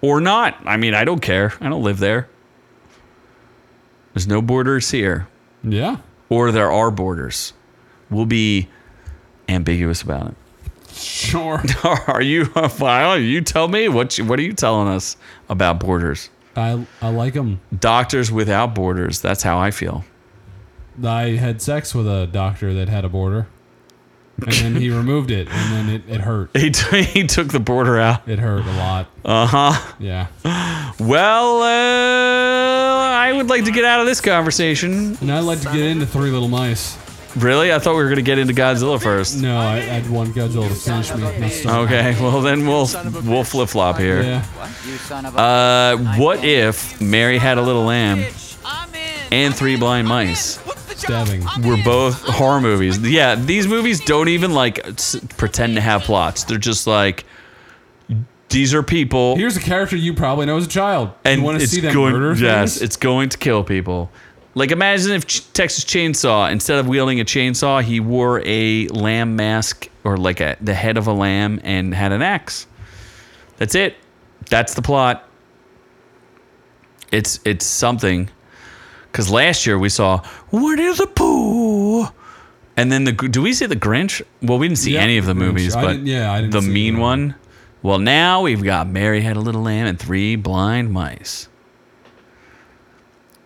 A: or not. I mean, I don't care. I don't live there. There's no borders here,
B: Yeah.
A: or there are borders. We'll be ambiguous about it.
B: Sure.
A: Are you a file? You tell me what you, what are you telling us about borders?
B: I I like him.
A: Doctors without borders. That's how I feel.
B: I had sex with a doctor that had a border. And then he removed it and then it, it hurt.
A: He, t- he took the border out.
B: It hurt a lot.
A: Uh huh.
B: Yeah.
A: Well, uh, I would like to get out of this conversation.
B: And I'd like to get into Three Little Mice.
A: Really? I thought we were going to get into Godzilla first.
B: No, I, I'd want Godzilla to finish me. with my stomach.
A: Okay. Well, then we'll we'll flip flop here.
B: Yeah.
C: You son of a.
A: Uh, what if Mary had a little lamb and three blind mice?
B: Stabbing.
A: We're both horror movies. Yeah, these movies don't even like s- pretend to have plots. They're just like these are people.
B: Here's a character you probably know as a child.
A: and
B: you want to
A: it's
B: see them
A: going,
B: murder
A: Yes,
B: things?
A: it's going to kill people. Like imagine if Ch- Texas Chainsaw, instead of wielding a chainsaw, he wore a lamb mask or like a, the head of a lamb and had an axe. That's it. That's the plot. It's it's something. Because last year we saw Winnie the Pooh, and then the do we see the Grinch? Well, we didn't see
B: Yeah,
A: any of the
B: Grinch.
A: movies,
B: I
A: but
B: didn't- yeah, I didn't
A: the
B: see
A: mean
B: that.
A: one. Well, now we've got Mary Had a Little Lamb and Three Blind Mice.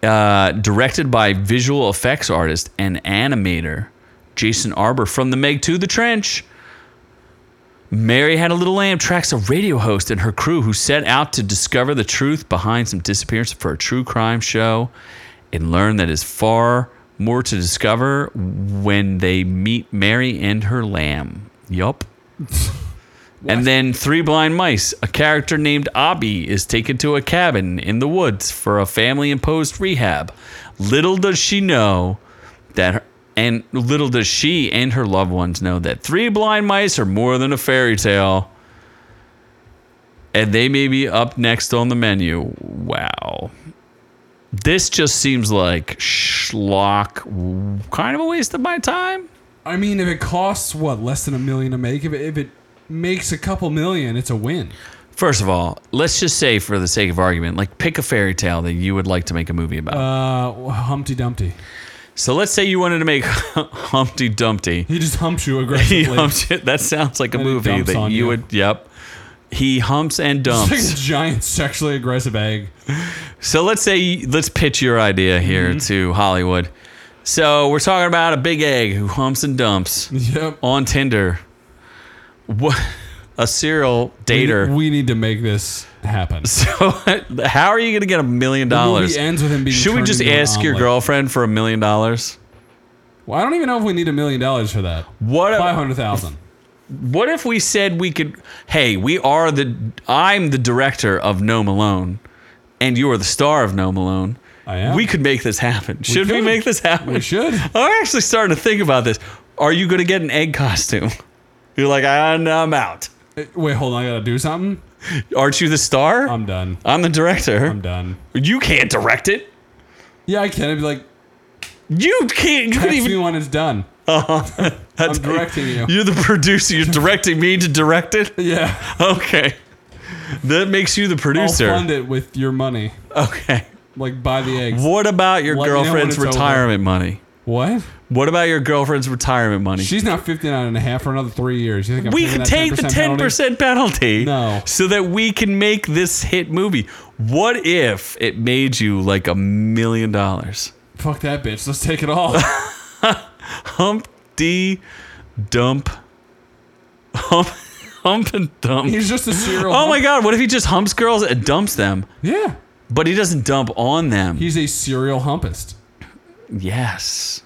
A: Uh, directed by visual effects artist and animator Jason Arbor from The Meg to The Trench. Mary Had a Little Lamb tracks a radio host and her crew who set out to discover the truth behind some disappearance for a true crime show and learn that is far more to discover when they meet Mary and her lamb. Yup. and then Three Blind Mice, a character named Abby, is taken to a cabin in the woods for a family imposed rehab. Little does she know that her, and little does she and her loved ones know that three blind mice are more than a fairy tale and they may be up next on the menu wow this just seems like schlock kind of a waste of my time
B: I mean, if it costs what less than a million to make, if it, if it makes a couple million, it's a win.
A: first of all let's just say for the sake of argument like pick a fairy tale that you would like to make a movie about
B: Uh, Humpty Dumpty.
A: so let's say you wanted to make humpty dumpty
B: He just humps you
A: he
B: aggressively.
A: humps it. That sounds like a
B: And he
A: movie
B: dumps
A: that
B: on
A: you,
B: you.
A: would. Yep. He humps and
B: It's like a
A: dumps.
B: giant sexually aggressive egg.
A: so let's say let's pitch your idea here
B: Mm-hmm.
A: to Hollywood. So we're talking about a big egg who humps and dumps
B: Yep.
A: on Tinder. What a serial dater.
B: We, we need to make this happen.
A: so how are you going to get a million
B: The
A: dollars?
B: movie ends with him being.
A: Should we
B: turned
A: just
B: into an
A: ask your
B: omelet.
A: girlfriend for a million dollars?
B: Well, I don't even know if we need a million dollars for that.
A: What
B: Five
A: a,
B: hundred thousand.
A: what if we said we could hey we are the i'm the director of no malone and you are the star of no malone
B: I am.
A: we could make this happen should we,
B: could.
A: make this happen
B: We should. Uh,
A: i'm actually starting to think about this are you going to get an egg costume you're like i'm, I'm out
B: Uh, Wait, hold on. I gotta do something.
A: aren't you the star i'm,
B: I'm done.
A: the director
B: I'm done.
A: you can't direct it
B: Yeah, I can. I'd be like,
A: you can't you could
B: text me
A: even
B: when it's done. I'm directing you.
A: you're the producer you're directing me to direct it
B: Yeah,
A: okay that makes you the
B: I'll
A: producer
B: fund it with your money.
A: okay
B: Like buy the eggs.
A: What about your
B: Let me know when
A: girlfriend's
B: it's over.
A: retirement money?
B: What?
A: What about your girlfriend's retirement money?
B: She's not 59 and a half for another three years. You think I'm
A: we
B: paying
A: could
B: that
A: take the
B: 10%
A: ten
B: penalty?
A: percent penalty,
B: No.
A: so that we can make this hit movie. What if it made you like a million dollars?
B: Fuck that bitch. Let's take it all.
A: Humpty dump, hump, hump and dump.
B: He's just a serial.
A: Oh my
B: hump-
A: god! What if he just humps girls and dumps them,
B: Yeah,
A: but he doesn't dump on them?
B: he's a serial humpist.
A: yes.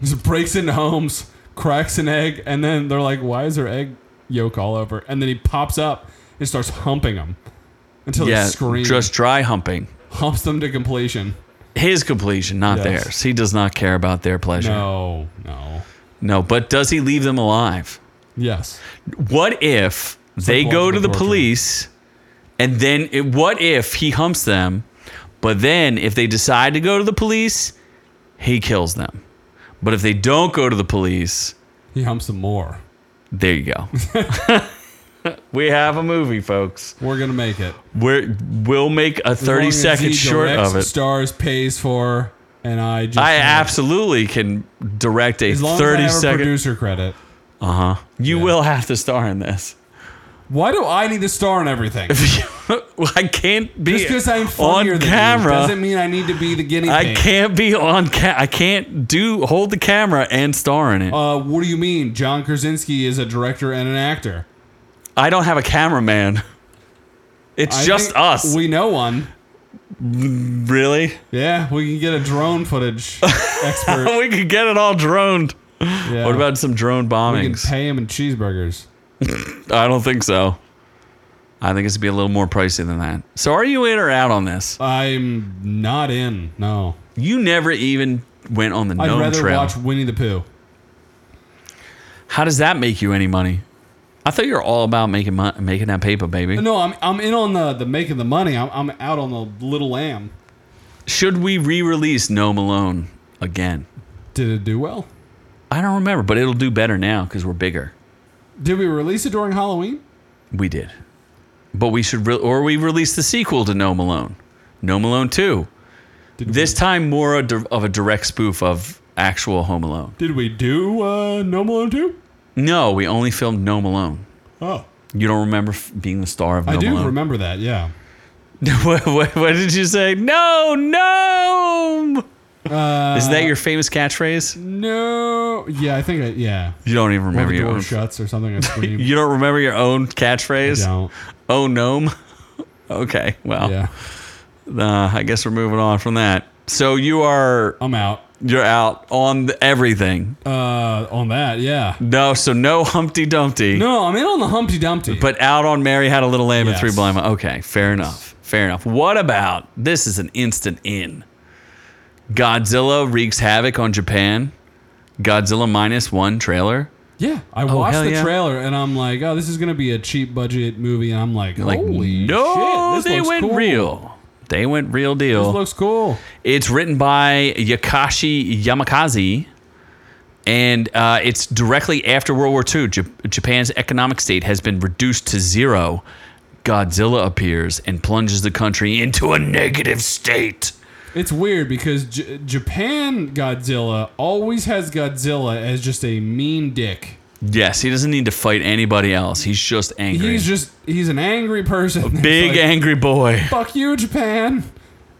B: He just breaks into homes, cracks an egg, and then they're like, "Why is there egg yolk all over?" And then he pops up and starts humping them until
A: Yeah.
B: they scream.
A: Just dry humping.
B: humps them to completion.
A: His completion, not
B: Yes.
A: theirs. He does not care about their pleasure.
B: No, no.
A: No, but does he leave them alive?
B: Yes.
A: What if they
B: like
A: go to
B: logical
A: the
B: torture.
A: police and then it, what if he humps them, but then if they decide to go to the police, he kills them. But if they don't go to the police,
B: He humps them more.
A: there you go. we have a movie, folks.
B: We're gonna make it.
A: We're, we'll make a
B: As long
A: 30
B: as
A: seconds
B: he
A: short
B: directs,
A: of it.
B: Stars pays for, and I just
A: I
B: have-
A: absolutely can direct a
B: as long
A: 30
B: as I have a
A: second-
B: producer credit.
A: Uh huh. You will have to star in this.
B: Why do I need to star in everything?
A: Well, I can't be
B: Just because I'm funnier
A: on
B: than
A: camera.
B: you doesn't mean I need to be the guinea pig.
A: I can't be on ca- I can't do hold the camera and star in it.
B: Uh, what do you mean? John Krasinski is a director and an actor.
A: I don't have a cameraman. It's
B: I
A: just
B: think
A: us.
B: We know one.
A: really?
B: Yeah, we can get a drone footage expert.
A: we could get it all droned.
B: Yeah.
A: What about some drone
B: we can
A: bombings?
B: pay him in cheeseburgers?
A: I don't think so. I think it's gonna be a little more pricey than that. So are you in or out on this?
B: Uh, I'm not in. No,
A: You never even went on the
B: I'd
A: gnome
B: rather
A: trail.
B: watch Winnie the Pooh.
A: How does that make you any money? I thought you were all about making mon- making that paper, baby.
B: No, I'm I'm in on the the making the money. I'm I'm out on the Little Lamb.
A: Should we re-release No Malone again?
B: Did it do well?
A: I don't remember, but it'll do better now because we're bigger.
B: Did we release it during Halloween?
A: We did, but we should, re- or we release the sequel to No Malone, No Malone Two,
B: Did
A: This time more a dir- of a direct spoof of actual Home Alone.
B: Did we do uh, No Malone too?
A: No, we only filmed No Malone.
B: Oh,
A: You don't remember f- being the star of No
B: I do
A: Malone?
B: remember that. Yeah.
A: what, what, what did you say? No, no.
B: Uh,
A: Is that your famous catchphrase?
B: no? Yeah, I think I, yeah.
A: You don't even
B: When
A: remember
B: the
A: your
B: door
A: own.
B: shuts or something. I scream.
A: You don't remember your own catchphrase?
B: don't.
A: Oh, gnome. okay, well,
B: Yeah,
A: uh, I guess we're moving on from that. So you are
B: I'm out.
A: you're out on the, everything.
B: Uh, on that, yeah.
A: No, so no Humpty Dumpty,
B: No, I'm in on the Humpty Dumpty.
A: but out on Mary had a little lamb and
B: Yes.
A: three blind. men. Okay, fair enough. Fair enough. What about this? Is an instant in. Godzilla wreaks havoc on Japan. Godzilla minus one trailer.
B: yeah, I watched
A: Oh, hell
B: the
A: yeah.
B: trailer and I'm like, oh, this is gonna be a cheap budget movie, and I'm like,
A: Like
B: holy
A: no,
B: shit, this
A: they
B: looks
A: went
B: cool.
A: real. They went real deal.
B: This looks cool.
A: It's written by Yakashi Yamakaze, and uh, it's directly after World War II. Ja- Japan's economic state has been reduced to zero. Godzilla appears and plunges the country into a negative state.
B: It's weird because J- Japan Godzilla always has Godzilla as just a mean dick.
A: Yes, he doesn't need to fight anybody else. He's just angry.
B: He's just he's an angry person. It's
A: Big
B: like,
A: angry boy.
B: fuck you, Japan.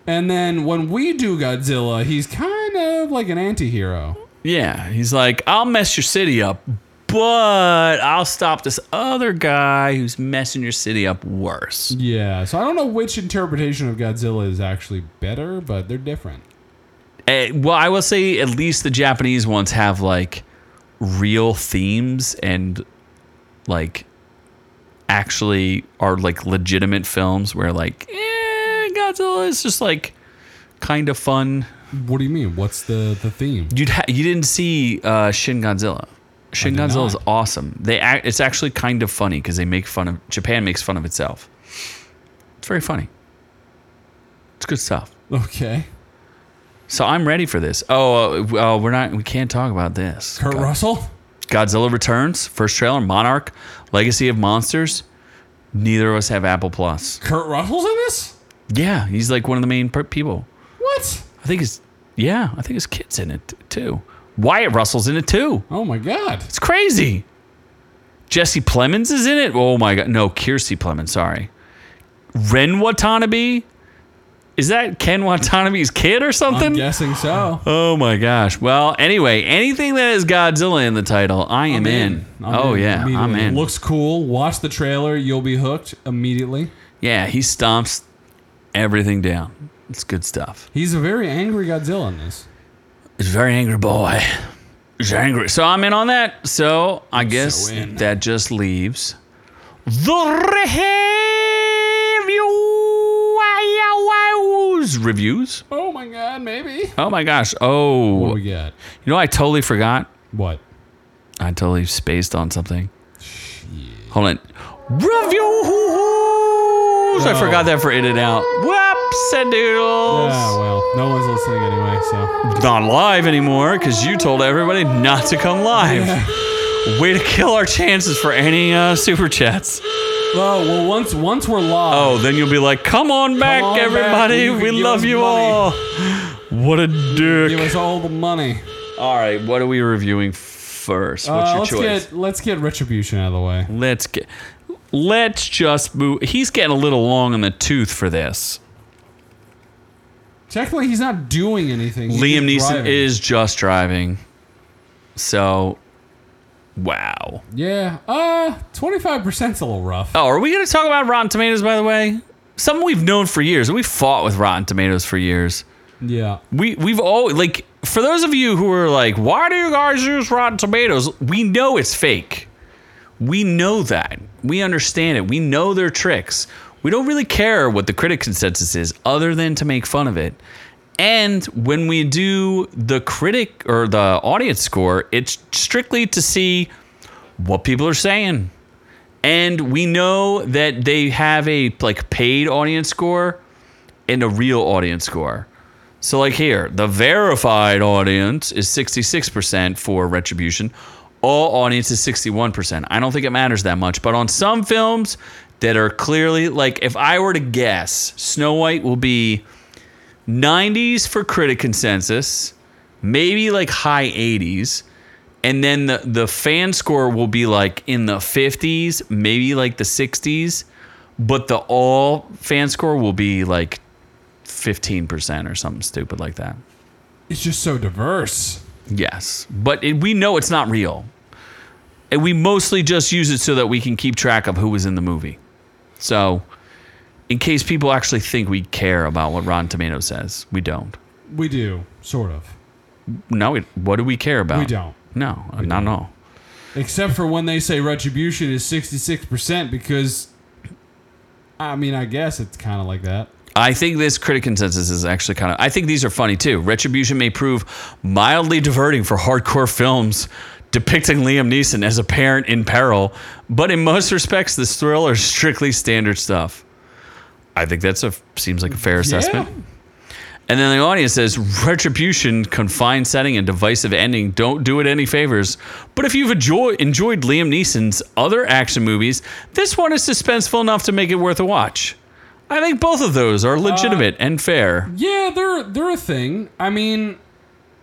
B: And then when we do Godzilla, he's kind of like an anti-hero.
A: Yeah, he's like, I'll mess your city up, but I'll stop this other guy who's messing your city up worse.
B: Yeah, so I don't know which interpretation of Godzilla is actually better, but they're different.
A: Eh, well, I will say at least the Japanese ones have like real themes and like actually are like legitimate films where like eh, Godzilla is just like kind of fun.
B: What do you mean? What's the the theme?
A: You'd ha- you didn't see uh, Shin Godzilla. Shin
B: I did
A: Godzilla is
B: not.
A: awesome. They act, it's actually kind of funny because they make fun of Japan makes fun of itself. It's very funny. It's good stuff.
B: Okay,
A: So I'm ready for this. Oh, uh, w- uh, we're not. We can't talk about this.
B: Kurt
A: God-
B: Russell.
A: Godzilla Returns, first trailer. Monarch, Legacy of Monsters. Neither of us have Apple Plus.
B: Kurt Russell's in this?
A: Yeah, he's like one of the main per- people.
B: What?
A: I think his. Yeah, I think his kid's in it t- too. Wyatt Russell's in it too.
B: Oh my god!
A: It's crazy. Jesse Plemons is in it. Oh my god. No, Kiersey Plemons. Sorry. Ren Watanabe. Is that Ken Watanabe's kid or something?
B: I'm guessing so.
A: Oh my gosh. Well, anyway, anything that has Godzilla in the title, I am in.
B: I'm
A: oh yeah, I'm
B: immediately.
A: in.
B: Looks cool. Watch the trailer. You'll be hooked immediately.
A: Yeah, he stomps everything down. It's good stuff.
B: He's a very angry Godzilla in this.
A: He's a very angry boy. He's angry. So I'm in on that. So I guess
B: in.
A: that just leaves the reviews. Reviews.
B: Oh my god! Maybe.
A: Oh my gosh.
B: What
A: Oh,
B: do
A: you
B: we got?
A: know, I totally forgot.
B: What?
A: I totally spaced on something. Hold on. Reviews. I
B: No.
A: forgot that for in and out. Whoops and doodles.
B: Ah, well, no one's listening anyway, so
A: Not live anymore because you told everybody not to come live. Way to kill our chances for any uh, super chats.
B: oh well. Once once we're live,
A: Oh, then you'll be like, come on back,
B: on back,
A: everybody.
B: you can
A: We
B: give
A: love
B: us
A: you
B: money."
A: all. What a
B: give
A: dick.
B: us all the money.
A: All right, what are we reviewing first? What's
B: Uh,
A: your
B: let's
A: choice?
B: get let's get retribution out of the way.
A: Let's get. Let's just move. He's getting a little long in the tooth for this.
B: Technically, he's not doing anything. He's
A: Liam Neeson
B: just driving.
A: is just driving. So, wow.
B: Yeah. Uh, twenty five percent's a little rough.
A: Oh, are we going to talk about Rotten Tomatoes, by the way? Something we've known for years. We fought with Rotten Tomatoes for years.
B: Yeah.
A: We, we've always, like, for those of you who are like, why do you guys use Rotten Tomatoes? We know it's fake. We know that. We understand it. We know their tricks. We don't really care what the critic consensus is other than to make fun of it. And when we do the critic or the audience score, it's strictly to see what people are saying. And we know that they have a like paid audience score and a real audience score. So like here, the verified audience is 66% for retribution. All audience is 61%. I don't think it matters that much, but on some films that are clearly like if I were to guess, Snow White will be 90s for critic consensus, maybe like high 80s. And then the, the fan score will be like in the 50s, maybe like the 60s. But the all fan score will be like 15% or something stupid like that.
B: It's just so diverse.
A: Yes. But it, we know it's not real. And we mostly just use it so that we can keep track of who was in the movie. So, in case people actually think we care about what Rotten Tomatoes says, we don't.
B: We do, sort of.
A: No, we, what do we care about?
B: We don't.
A: No, not at all.
B: Except for when they say retribution is 66% because, I mean, I guess it's kind of like that.
A: I think this critic consensus is actually kind of. I think these are funny too. Retribution may prove mildly diverting for hardcore films depicting Liam Neeson as a parent in peril, but in most respects, this thriller is strictly standard stuff. I think that's a seems like a fair assessment. And then the audience says, "Retribution, confined setting, and divisive ending don't do it any favors." But if you've enjoy- enjoyed Liam Neeson's other action movies, this one is suspenseful enough to make it worth a watch. I think both of those
B: Uh,
A: are legitimate and fair.
B: Yeah, they're, they're a thing. I mean,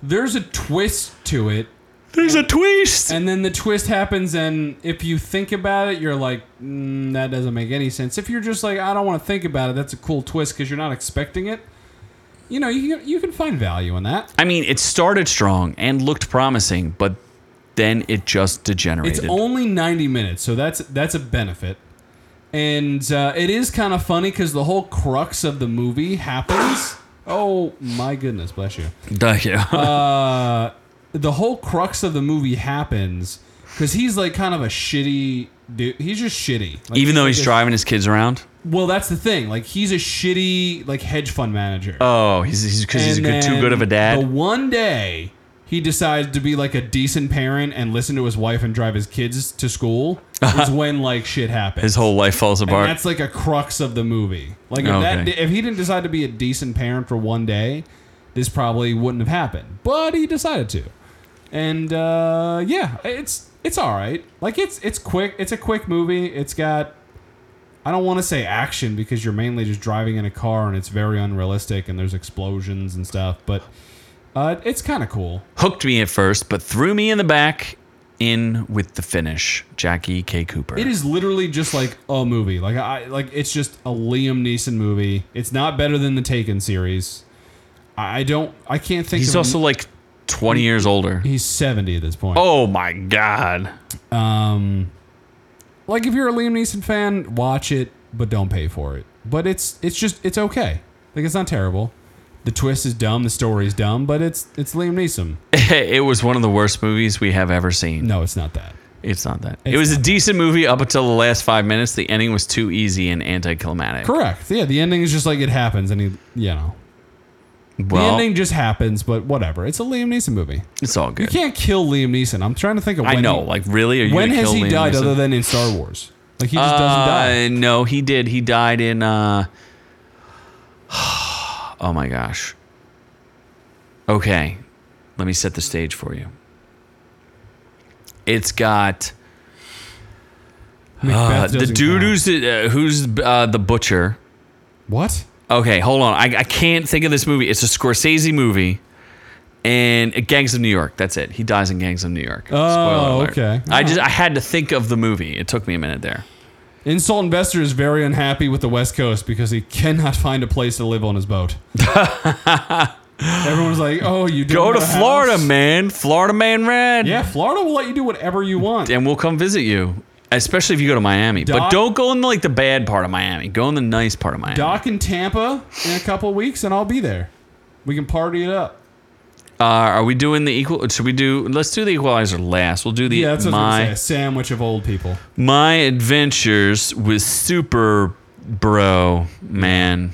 B: there's a twist to it.
A: There's a twist.
B: And then the twist happens, and if you think about it, you're like, mm, that doesn't make any sense. If you're just like, I don't want to think about it, that's a cool twist because you're not expecting it. You know, you can, you can find value in that.
A: I mean, it started strong and looked promising, but then it just degenerated.
B: It's only 90 minutes, so that's that's a benefit. And uh, it is kind of funny because the whole crux of the movie happens. Oh my goodness, bless you.
A: Thank you.
B: Uh, The whole crux of the movie happens because he's like kind of a shitty dude. He's just shitty. Like,
A: Even though
B: like
A: he's
B: this-
A: driving his kids around.
B: Well, that's the thing. Like he's a shitty like hedge fund manager.
A: Oh, he's he's because he's a
B: And
A: good, too
B: then
A: good of a
B: The
A: dad.
B: one day he decides to be like a decent parent and listen to his wife and drive his kids to school is when like shit happens.
A: His whole life falls
B: And
A: apart.
B: that's like a crux of the movie. Like if, that,
A: Okay.
B: if he didn't decide to be a decent parent for one day, this probably wouldn't have happened. But he decided to, and uh, yeah, it's it's all right. Like it's it's quick. It's a quick movie. It's got. I don't want to say action because you're mainly just driving in a car and it's very unrealistic and there's explosions and stuff, but uh, it's kind of cool.
A: Hooked me at first, but threw me in the back. In with the finish, Jackie K. Cooper.
B: It is literally just like a movie. Like I like it's just a Liam Neeson movie. It's not better than the Taken series. I I don't. I can't think.
A: He's
B: of
A: also like 20 years older.
B: he's seventy at this point.
A: Oh my god.
B: Um, like if you're a Liam Neeson fan, watch it, but don't pay for it. But it's it's just it's okay. Like it's not terrible. The twist is dumb. The story is dumb, but it's it's Liam Neeson.
A: it was one of the worst movies we have ever seen.
B: No, it's not that.
A: It's not that. it
B: It's
A: was a
B: not
A: decent movie up until the last five minutes. The ending was too easy and anticlimactic.
B: Correct. Yeah, the ending is just like it happens, and he you know the
A: Well,
B: ending just happens. But whatever. It's a Liam Neeson movie.
A: it's all
B: You
A: good.
B: can't kill Liam Neeson. I'm trying to think of when
A: I know.
B: He,
A: like, really? Are you
B: when
A: gonna
B: has
A: kill
B: he
A: Liam
B: died
A: Neeson?
B: other than in Star Wars? Like he just doesn't die.
A: Uh, no, he did. He died in. uh Oh my gosh. Okay, let me set the stage for you. It's got uh,
B: Macbeth
A: the
B: doesn't
A: dude
B: count.
A: who's the, uh, who's uh, the butcher.
B: what?
A: Okay, hold on. I, I can't think of this movie. It's a Scorsese movie. And uh, Gangs of New York. That's it. He dies in Gangs of New York.
B: Oh, okay.
A: I just I had to think of the movie. It took me a minute there.
B: Insult Investor is very unhappy with the West Coast because he cannot find a place to live on his boat. Everyone's like, "Oh, you do
A: Go to Florida, man. Florida man red.
B: Yeah, Florida will let you do whatever you want.
A: And we'll come visit you. Especially if you go to Miami. but
B: Doc-
A: don't go in like the bad part of Miami. Go in the nice part of Miami.
B: Dock in Tampa in a couple weeks, and I'll be there. We can party it up.
A: Uh, are we doing the equal should we do let's do the equalizer last. We'll do the
B: Yeah, that's what I was
A: my
B: gonna say. A sandwich of old people.
A: my adventures with super bro man.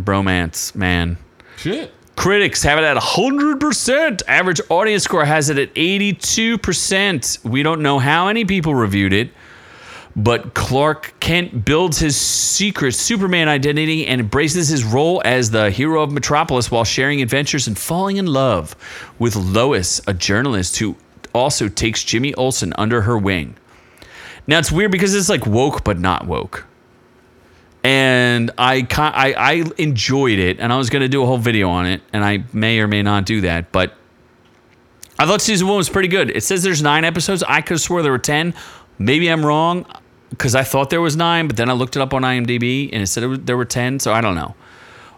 A: Bromance man.
B: Shit.
A: Critics have it at 100%. Average audience score has it at 82%. We don't know how many people reviewed it, but Clark Kent builds his secret Superman identity and embraces his role as the hero of Metropolis while sharing adventures and falling in love with Lois, a journalist who also takes Jimmy Olsen under her wing. Now it's weird because it's like woke but not woke. and I, ki- I I enjoyed it, and I was gonna do a whole video on it, and I may or may not do that, but I thought season one was pretty good. It says there's nine episodes. I could have swore there were ten. Maybe I'm wrong because I thought there was nine, but then I looked it up on IMDb and it said it was, there were ten. So I don't know.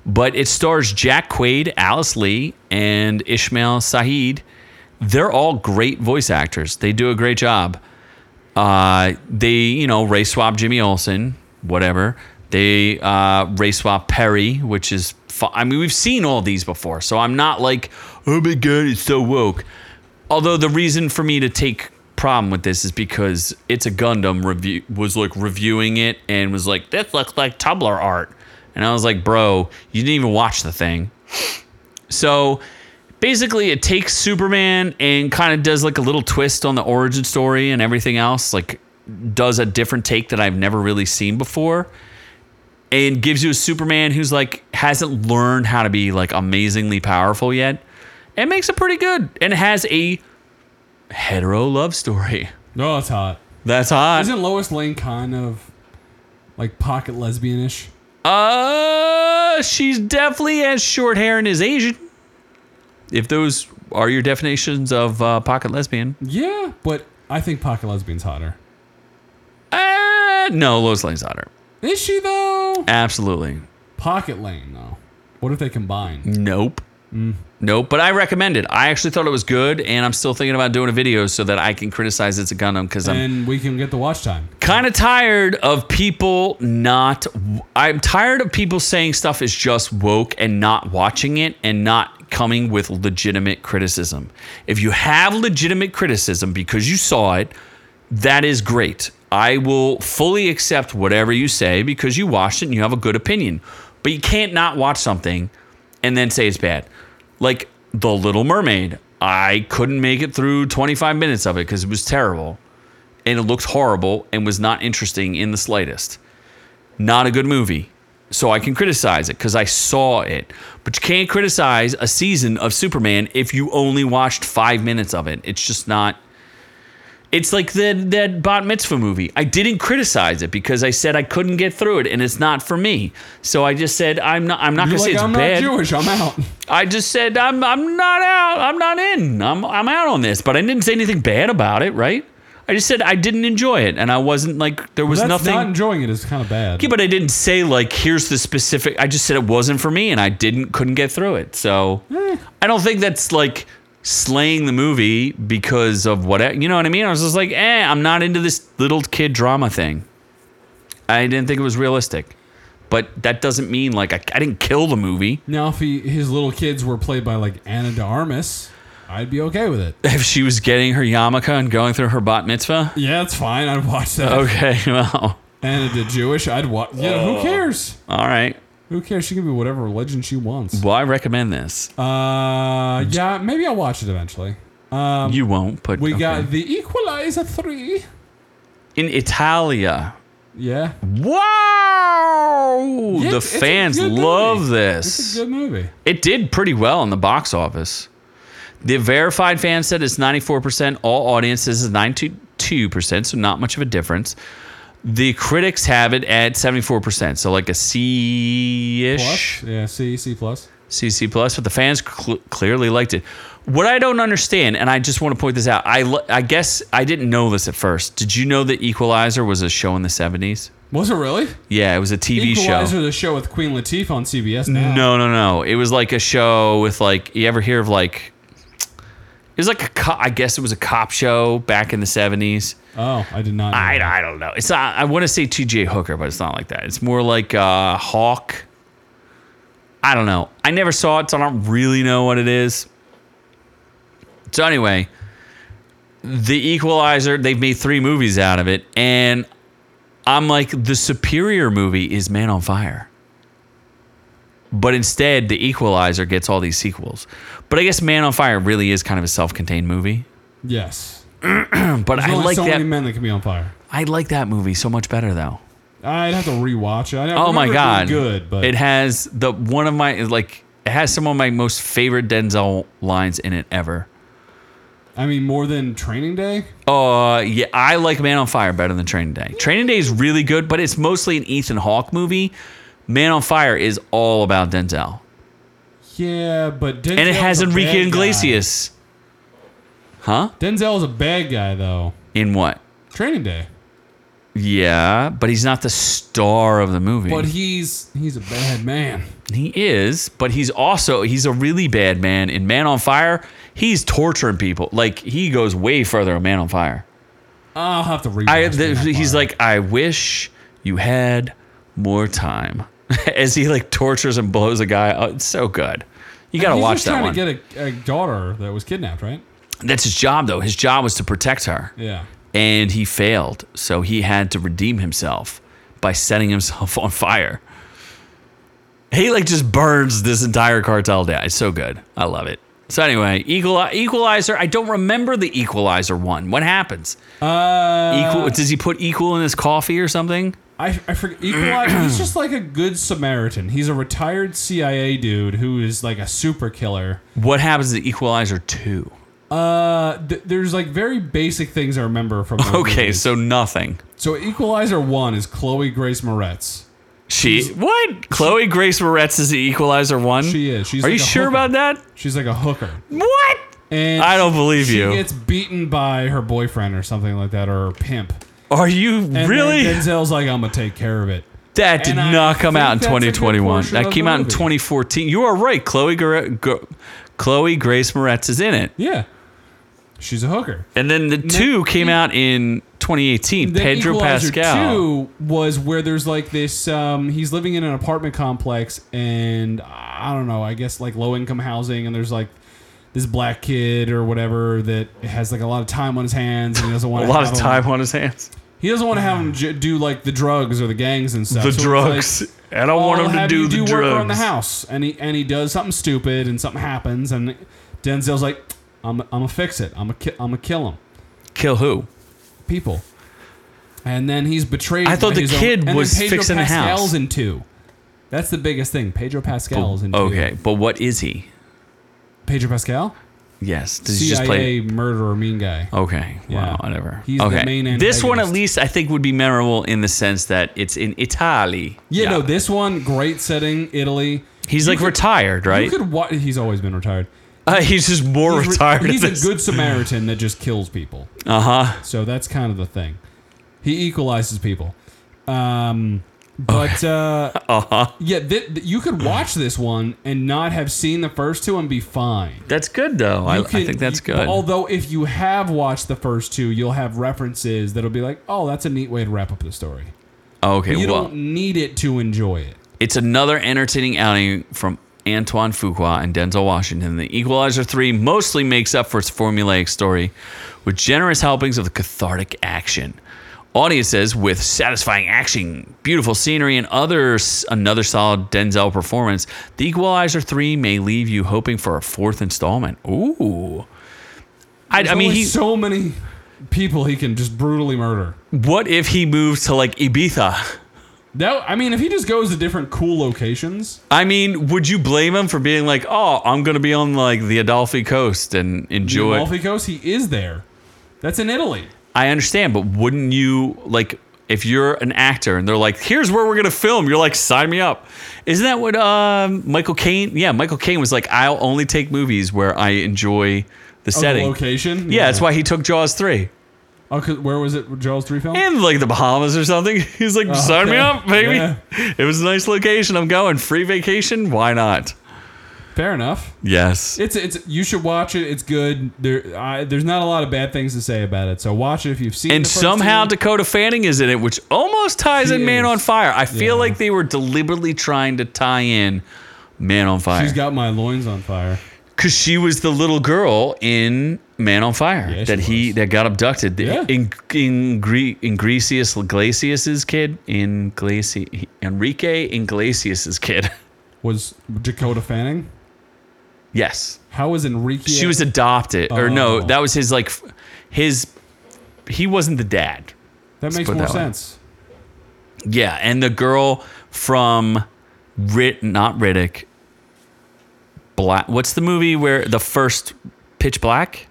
A: But it stars Jack Quaid, Alice Lee, and Ishmael Saeed. They're all great voice actors. They do a great job. Uh, they, you know, race swap Jimmy Olsen, whatever. They uh, race swap Perry, which is, fu- I mean, we've seen all these before. So I'm not like, oh my God, it's so woke. Although the reason for me to take problem with this is because it's a Gundam review was like reviewing it and was like, this looks like Tumblr art. And I was like, bro, you didn't even watch the thing. So basically it takes Superman and kind of does like a little twist on the origin story and everything else, like does a different take that I've never really seen before. And gives you a Superman who's like hasn't learned how to be like amazingly powerful yet. And makes it pretty good. And it has a hetero love story.
B: No, it's hot.
A: That's hot.
B: Isn't Lois Lane kind of like pocket lesbianish?
A: Uh, she's definitely has short hair and is Asian. If those are your definitions of uh, pocket lesbian,
B: Yeah, but I think pocket lesbian's hotter.
A: uh, no, Lois Lane's hotter.
B: Is she though?
A: Absolutely,
B: Pocket Lane though. What if they combine?
A: nope, nope. But I recommend it. I actually thought it was good, and I'm still thinking about doing a video so that I can criticize it's a Gundam because I'm
B: And we can get the watch time.
A: kind of tired of people not i'm tired of people saying stuff is just woke and not watching it and not coming with legitimate criticism if you have legitimate criticism because you saw it that is great i will fully accept whatever you say because you watched it and you have a good opinion but you can't not watch something and then say it's bad like the little mermaid i couldn't make it through 25 minutes of it because it was terrible and it looked horrible and was not interesting in the slightest. Not a good movie. So I can criticize it because I saw it. But you can't criticize a season of Superman if you only watched five minutes of it. It's just not. It's like the, that Bat Mitzvah movie. I didn't criticize it because I said I couldn't get through it and it's not for me. So I just said I'm not. I'm not
B: You're
A: gonna say
B: like,
A: it's
B: I'm
A: bad.
B: not Jewish, I'm out.
A: I just said I'm I'm not out. I'm not in. I'm I'm out on this, but I didn't say anything bad about it, right? I just said I didn't enjoy it and I wasn't like there was
B: That's
A: nothing
B: not enjoying it is kind of bad.
A: Yeah, but I didn't say like here's the specific I just said it wasn't for me and I didn't couldn't get through it. So
B: Eh.
A: I don't think that's like slaying the movie because of what you know what I mean? I was just like, "Eh, I'm not into this little kid drama thing." I didn't think it was realistic. But that doesn't mean like I, I didn't kill the movie.
B: Now, if he, his little kids were played by like Anna de Armas, I'd be okay with it.
A: if she was getting her yarmulke and going through her bat mitzvah.
B: Yeah, it's fine. I'd watch that.
A: Okay, Oh. well,
B: Anna de Jewish, I'd watch. Yeah, who cares?
A: all right.
B: Who cares? She can be whatever religion she wants.
A: Well, I recommend this.
B: Uh, yeah, maybe I'll watch it eventually.
A: you won't, but
B: Um, We
A: okay.
B: got the Equalizer three.
A: in Italia.
B: Yeah,
A: Wow!
B: Yeah,
A: the
B: it's- it's a
A: fans
B: good movie.
A: love
B: it's
A: this.
B: a good movie.
A: it did pretty well in the box office. The verified fan said it's 94%. All audiences is 92%, so not much of a difference. The critics have it at 74%, so like a C ish.
B: Plus, yeah, C C plus.
A: CC Plus, but the fans cl- clearly liked it. What I don't understand, and I just want to point this out, I l- I guess I didn't know this at first. Did you know that Equalizer was a show in the seventies?
B: Was it really?
A: Yeah, it was a TV
B: Equalizer,
A: show.
B: the show with Queen Latifah on CBS. Now.
A: No, no, no. It was like a show with like you ever hear of like it was like a co- I guess it was a cop show back in the seventies.
B: Oh, I did not. Know
A: I,
B: that.
A: I don't know. It's not, I want to say T.J. Hooker, but it's not like that. It's more like uh, Hawk. I don't know. I never saw it, so I don't really know what it is. So anyway, The Equalizer. They've made three movies out of it, and I'm like, the superior movie is Man on Fire. But instead, The Equalizer gets all these sequels. But I guess Man on Fire really is kind of a self-contained movie.
B: Yes.
A: But I
B: There's only
A: like
B: so
A: that.
B: many men that can be on fire.
A: I like that movie so much better though.
B: I'd have to rewatch it. I
A: Oh my god,
B: good, but
A: it has the one of my like it has some of my most favorite Denzel lines in it ever.
B: I mean, more than Training Day.
A: Uh, yeah, I like Man on Fire better than Training Day. Training Day is really good, but it's mostly an Ethan Hawke movie. Man on Fire is all about Denzel,
B: Yeah, but Denzel's
A: and it has
B: a bad
A: Enrique
B: guy.
A: Iglesias. Huh?
B: Denzel's a bad guy though.
A: In what?
B: Training Day,
A: Yeah, but he's not the star of the movie.
B: but he's he's a bad man.
A: He is, but he's also he's a really bad man. In Man on Fire, he's torturing people. Like he goes way further in Man on Fire.
B: I'll have to read.
A: I the, he's like, I wish you had more time. As he like tortures and blows a guy, oh, it's so good. You gotta
B: he's
A: watch
B: just
A: that
B: trying
A: one.
B: to get a, a daughter that was kidnapped, right?
A: That's his job though. His job was to protect her,
B: Yeah.
A: and he failed. So he had to redeem himself by setting himself on fire. He like just burns this entire cartel down. It's so good. I love it. So anyway, Equal, Equalizer. I don't remember the Equalizer one. What happens?
B: Uh,
A: Equal? does he put equal in his coffee or something?
B: I, I forget. Equalizer. he's just like a good Samaritan. He's a retired CIA dude who is like a super killer.
A: What happens to Equalizer 2?
B: Uh, th- there's like very basic things I remember from. those
A: Okay,
B: movies.
A: so nothing.
B: so Equalizer one is Chloe Grace Moretz.
A: She what? Chloe Grace Moretz is the Equalizer one.
B: She is. She's
A: Are
B: like
A: you
B: a
A: sure
B: hooker.
A: about that?
B: She's like a hooker.
A: What?
B: And
A: I don't believe
B: she
A: you.
B: gets beaten by her boyfriend or something like that, or her pimp.
A: Are you
B: And
A: really?
B: then Denzel's like, I'm gonna take care of it.
A: that did
B: and I
A: not come
B: think
A: out in
B: that's a good
A: 2021.
B: portion
A: That
B: of
A: came
B: the
A: out in
B: movie.
A: 2014. You are right. Chloe Gra- Gra- Chloe Grace Moretz is in it,
B: Yeah. She's a hooker.
A: and then the two came out in 2018.
B: Then
A: Pedro
B: Equalizer
A: Pascal.
B: 2 was where there's like this um, he's living in an apartment complex and I don't know, I guess like low income housing and there's like this black kid or whatever that has like a lot of time on his hands and he doesn't want
A: A lot of time on his hands.
B: He doesn't want to have him j- do like the drugs or the gangs and stuff.
A: The
B: So it's
A: drugs.
B: like,
A: I don't want
B: I'll
A: him to
B: "Oh, have
A: do
B: you
A: the
B: work around the
A: drugs.
B: house, and he and he does something stupid, and something happens, and Denzel's like, "I'm I'm gonna fix it. I'm gonna ki- I'm gonna kill him,
A: Kill who?
B: people." And then he's betrayed.
A: I thought
B: by
A: the
B: his own-
A: kid
B: and then
A: was
B: Pedro
A: fixing the house.
B: Pascal's in two. That's the biggest thing. Pedro Pascal's in two.
A: Okay, but what is he?
B: Pedro Pascal,
A: Yes. Does he just play?
B: CIA murderer, mean guy.
A: Okay.
B: Yeah.
A: Wow. Whatever.
B: He's the
A: okay.
B: main
A: this one, at
B: antagonist.
A: least, I think would be memorable in the sense that it's in Italy.
B: Yeah, no, this one great setting, Italy.
A: he's like retired,
B: You
A: right?
B: could wa- He's always been retired.
A: Uh, he's just more
B: He's re-
A: retired.
B: He's
A: at this.
B: a good Samaritan that just kills people.
A: Uh huh.
B: So that's kind of the thing. He equalizes people. Um, but uh,
A: Uh-huh.
B: yeah, th- th- you could watch this one and not have seen the first two and be fine.
A: That's good though. I,
B: You
A: I
B: can-
A: think that's
B: you-
A: good.
B: Although if you have watched the first two, you'll have references that'll be like, "Oh, that's a neat way to wrap up the story."
A: Oh, okay.
B: You
A: well,
B: don't need it to enjoy it.
A: it's another entertaining outing from Antoine Fuqua and Denzel Washington. The Equalizer 3 mostly makes up for its formulaic story with generous helpings of the cathartic action. Audiences with satisfying action, beautiful scenery, and other another solid Denzel performance, The Equalizer 3 may leave you hoping for a fourth installment. Ooh. I, I
B: There's
A: mean,
B: only
A: he,
B: so many people he can just brutally murder.
A: what if he moves to like Ibiza?
B: That I mean, if he just goes to different cool locations,
A: I mean, would you blame him for being like, oh, I'm going to be on like the Adolphi Coast and enjoy?
B: Amalfi Coast, he is there. That's in Italy.
A: I understand, but wouldn't you like if you're an actor and they're like, "Here's where we're gonna film," you're like, "Sign me up." Isn't that what um, Michael Caine? Yeah, Michael Caine was like, "I'll only take movies where I enjoy the
B: Oh, the
A: setting."
B: location.
A: yeah, that's why he took Jaws three
B: Oh, 'cause where was it? Jaws three film.
A: and like the Bahamas or something. He's like, "Sign me
B: Oh, okay.
A: up, baby."
B: Yeah.
A: It was a nice location. I'm going free vacation. Why not?
B: Fair enough.
A: Yes.
B: It's it's you should watch it. It's good. There I, there's not a lot of bad things to say about it. So watch it if you've seen.
A: And
B: the first
A: somehow
B: two.
A: Dakota Fanning is in it, which almost ties
B: She
A: in Man
B: is.
A: on Fire. I feel
B: Yeah.
A: like they were deliberately trying to tie in Man on Fire.
B: she's got my loins on fire.
A: Because she was the little girl in Man on Fire
B: Yeah, she
A: that he
B: was.
A: that got abducted. The-
B: Yeah.
A: In in Gre- Ingresius Iglesias's kid, in Enrique Iglesias's kid.
B: Was Dakota Fanning?
A: yes,
B: How was Enrique?
A: she was adopted, or no,
B: Oh.
A: that was his like f- his. He wasn't the dad.
B: that makes
A: put
B: more
A: that way.
B: sense.
A: Yeah, and the girl from Rit, not Riddick. Black. What's the movie where the first Pitch Black?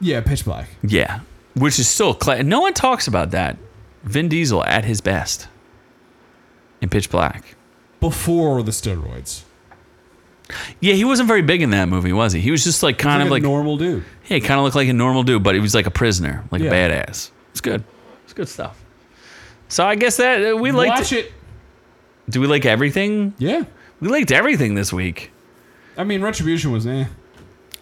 B: Yeah, Pitch Black.
A: Yeah, which is still cla- no one talks about that. Vin Diesel at his best in Pitch Black.
B: Before the steroids.
A: Yeah, he wasn't very big in that movie, was he? He was just like kind
B: Like
A: of
B: a
A: like
B: normal dude.
A: yeah, he kind of looked like a normal dude, but he was like a prisoner, like
B: Yeah.
A: a badass. It's good. It's good stuff. So I guess that uh, we liked.
B: Watch it.
A: Do we like everything?
B: Yeah.
A: We liked everything this week.
B: I mean, Retribution was eh.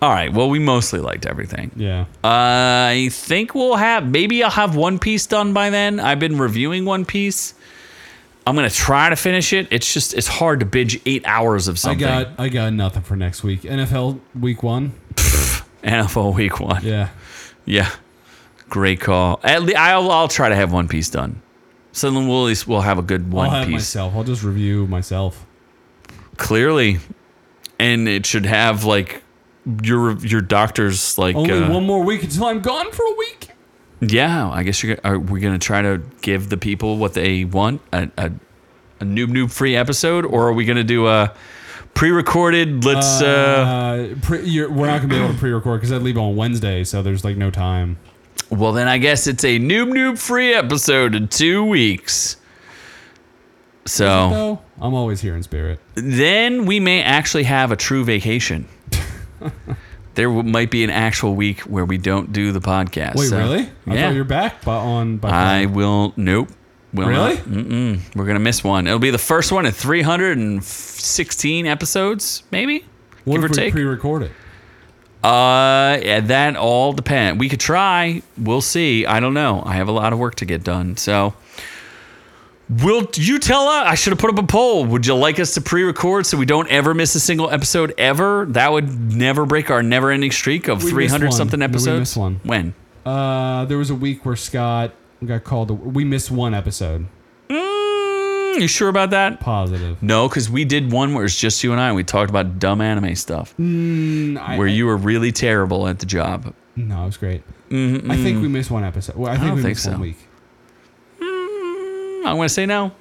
A: All right. Well, we mostly liked everything. Uh,
B: Yeah.
A: I think we'll have maybe I'll have One Piece done by then. I've been reviewing One Piece. I'm gonna try to finish it. It's just it's hard to binge eight hours of
B: I
A: something.
B: got I got nothing for next week. NFL Week One.
A: NFL Week One. Yeah.
B: Yeah.
A: Great call. At least I'll, I'll try to have One Piece done. So then we'll at least we'll have a good One
B: I'll have
A: Piece.
B: myself. I'll just review myself.
A: Clearly, and it should have like your your doctor's like
B: Only
A: uh,
B: one more week until I'm gone for a week.
A: Yeah, I guess you're. go- Are we gonna try to give the people what they want a a, a noob noob free episode, or are we gonna do a pre-recorded? Let's. Uh,
B: Uh, pre, you're, we're not gonna be able to pre-record because I leave on Wednesday, so there's like no time.
A: well, then I guess it's a noob noob free episode in two weeks. So
B: So I'm always here in spirit.
A: then we may actually have a true vacation. there w- might be an actual week where we don't do the podcast.
B: Wait,
A: so-
B: really? I
A: yeah.
B: thought you're back, but on by
A: I will. Nope. Will
B: Really?
A: Not. Mm-mm. We're gonna miss one. It'll be the first one in 316 episodes, maybe.
B: what
A: give or
B: if we
A: take.
B: pre-record it?
A: uh, yeah, that all depends. We could try. We'll see. I don't know. I have a lot of work to get done, so. Will you tell us? I should have put up a poll. Would you like us to pre record so we don't ever miss a single episode ever? That would never break our never ending streak of
B: We missed
A: 300
B: one.
A: something
B: No, we
A: episodes.
B: missed one.
A: When?
B: Uh, there was a week where Scott got called. we missed one episode.
A: Mm, you sure about that?
B: Positive.
A: No, because we did one where it's just you and I, and we talked about dumb anime stuff
B: I,
A: where you were really terrible at the job.
B: No, it was great. I think we missed one episode. Well, I think
A: Mm-hmm. don't
B: we
A: think
B: missed
A: so.
B: one week.
A: Mm, I'm going to say no.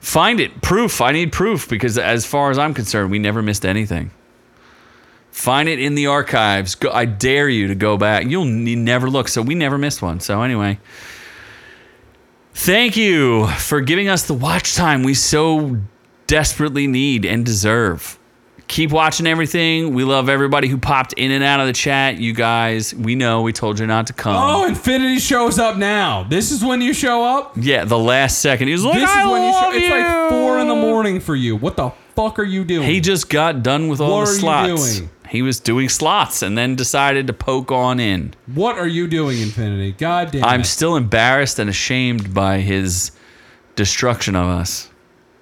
A: Find it. Proof. I need proof because, as far as I'm concerned, we never missed anything. Find it in the archives. Go, I dare you to go back. You'll n- never look. So, we never missed one. So, anyway, thank you for giving us the watch time we so desperately need and deserve. keep watching everything. We love everybody who popped in and out of the chat. You guys, we know we told you not to come.
B: Oh, Infinity shows up now. This is when you show up.
A: Yeah, the last second. He was like,
B: This
A: I
B: is when you show.
A: love you.
B: It's like four in the morning for you. What the fuck are you doing?
A: He just got done with all
B: What
A: the
B: are you
A: slots.
B: doing?
A: He was doing slots and then decided to poke on in.
B: what are you doing, Infinity? God damn.
A: I'm
B: it.
A: still embarrassed and ashamed by his destruction of us.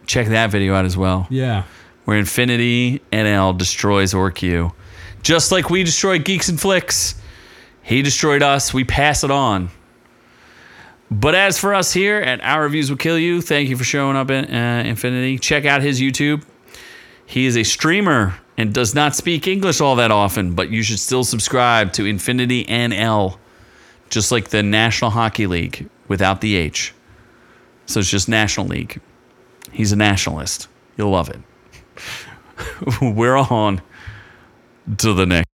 A: Check that video out as well.
B: yeah.
A: Where Infinity NL destroys Orq. Just like we destroyed Geeks and Flicks. He destroyed us. We pass it on. But as for us here at Our Reviews Will Kill You, thank you for showing up in uh, Infinity. Check out his YouTube. He is a streamer and does not speak English all that often, but you should still subscribe to Infinity NL, just like the National Hockey League without the H. So it's just National League. He's a nationalist. You'll love it. We're on to the next.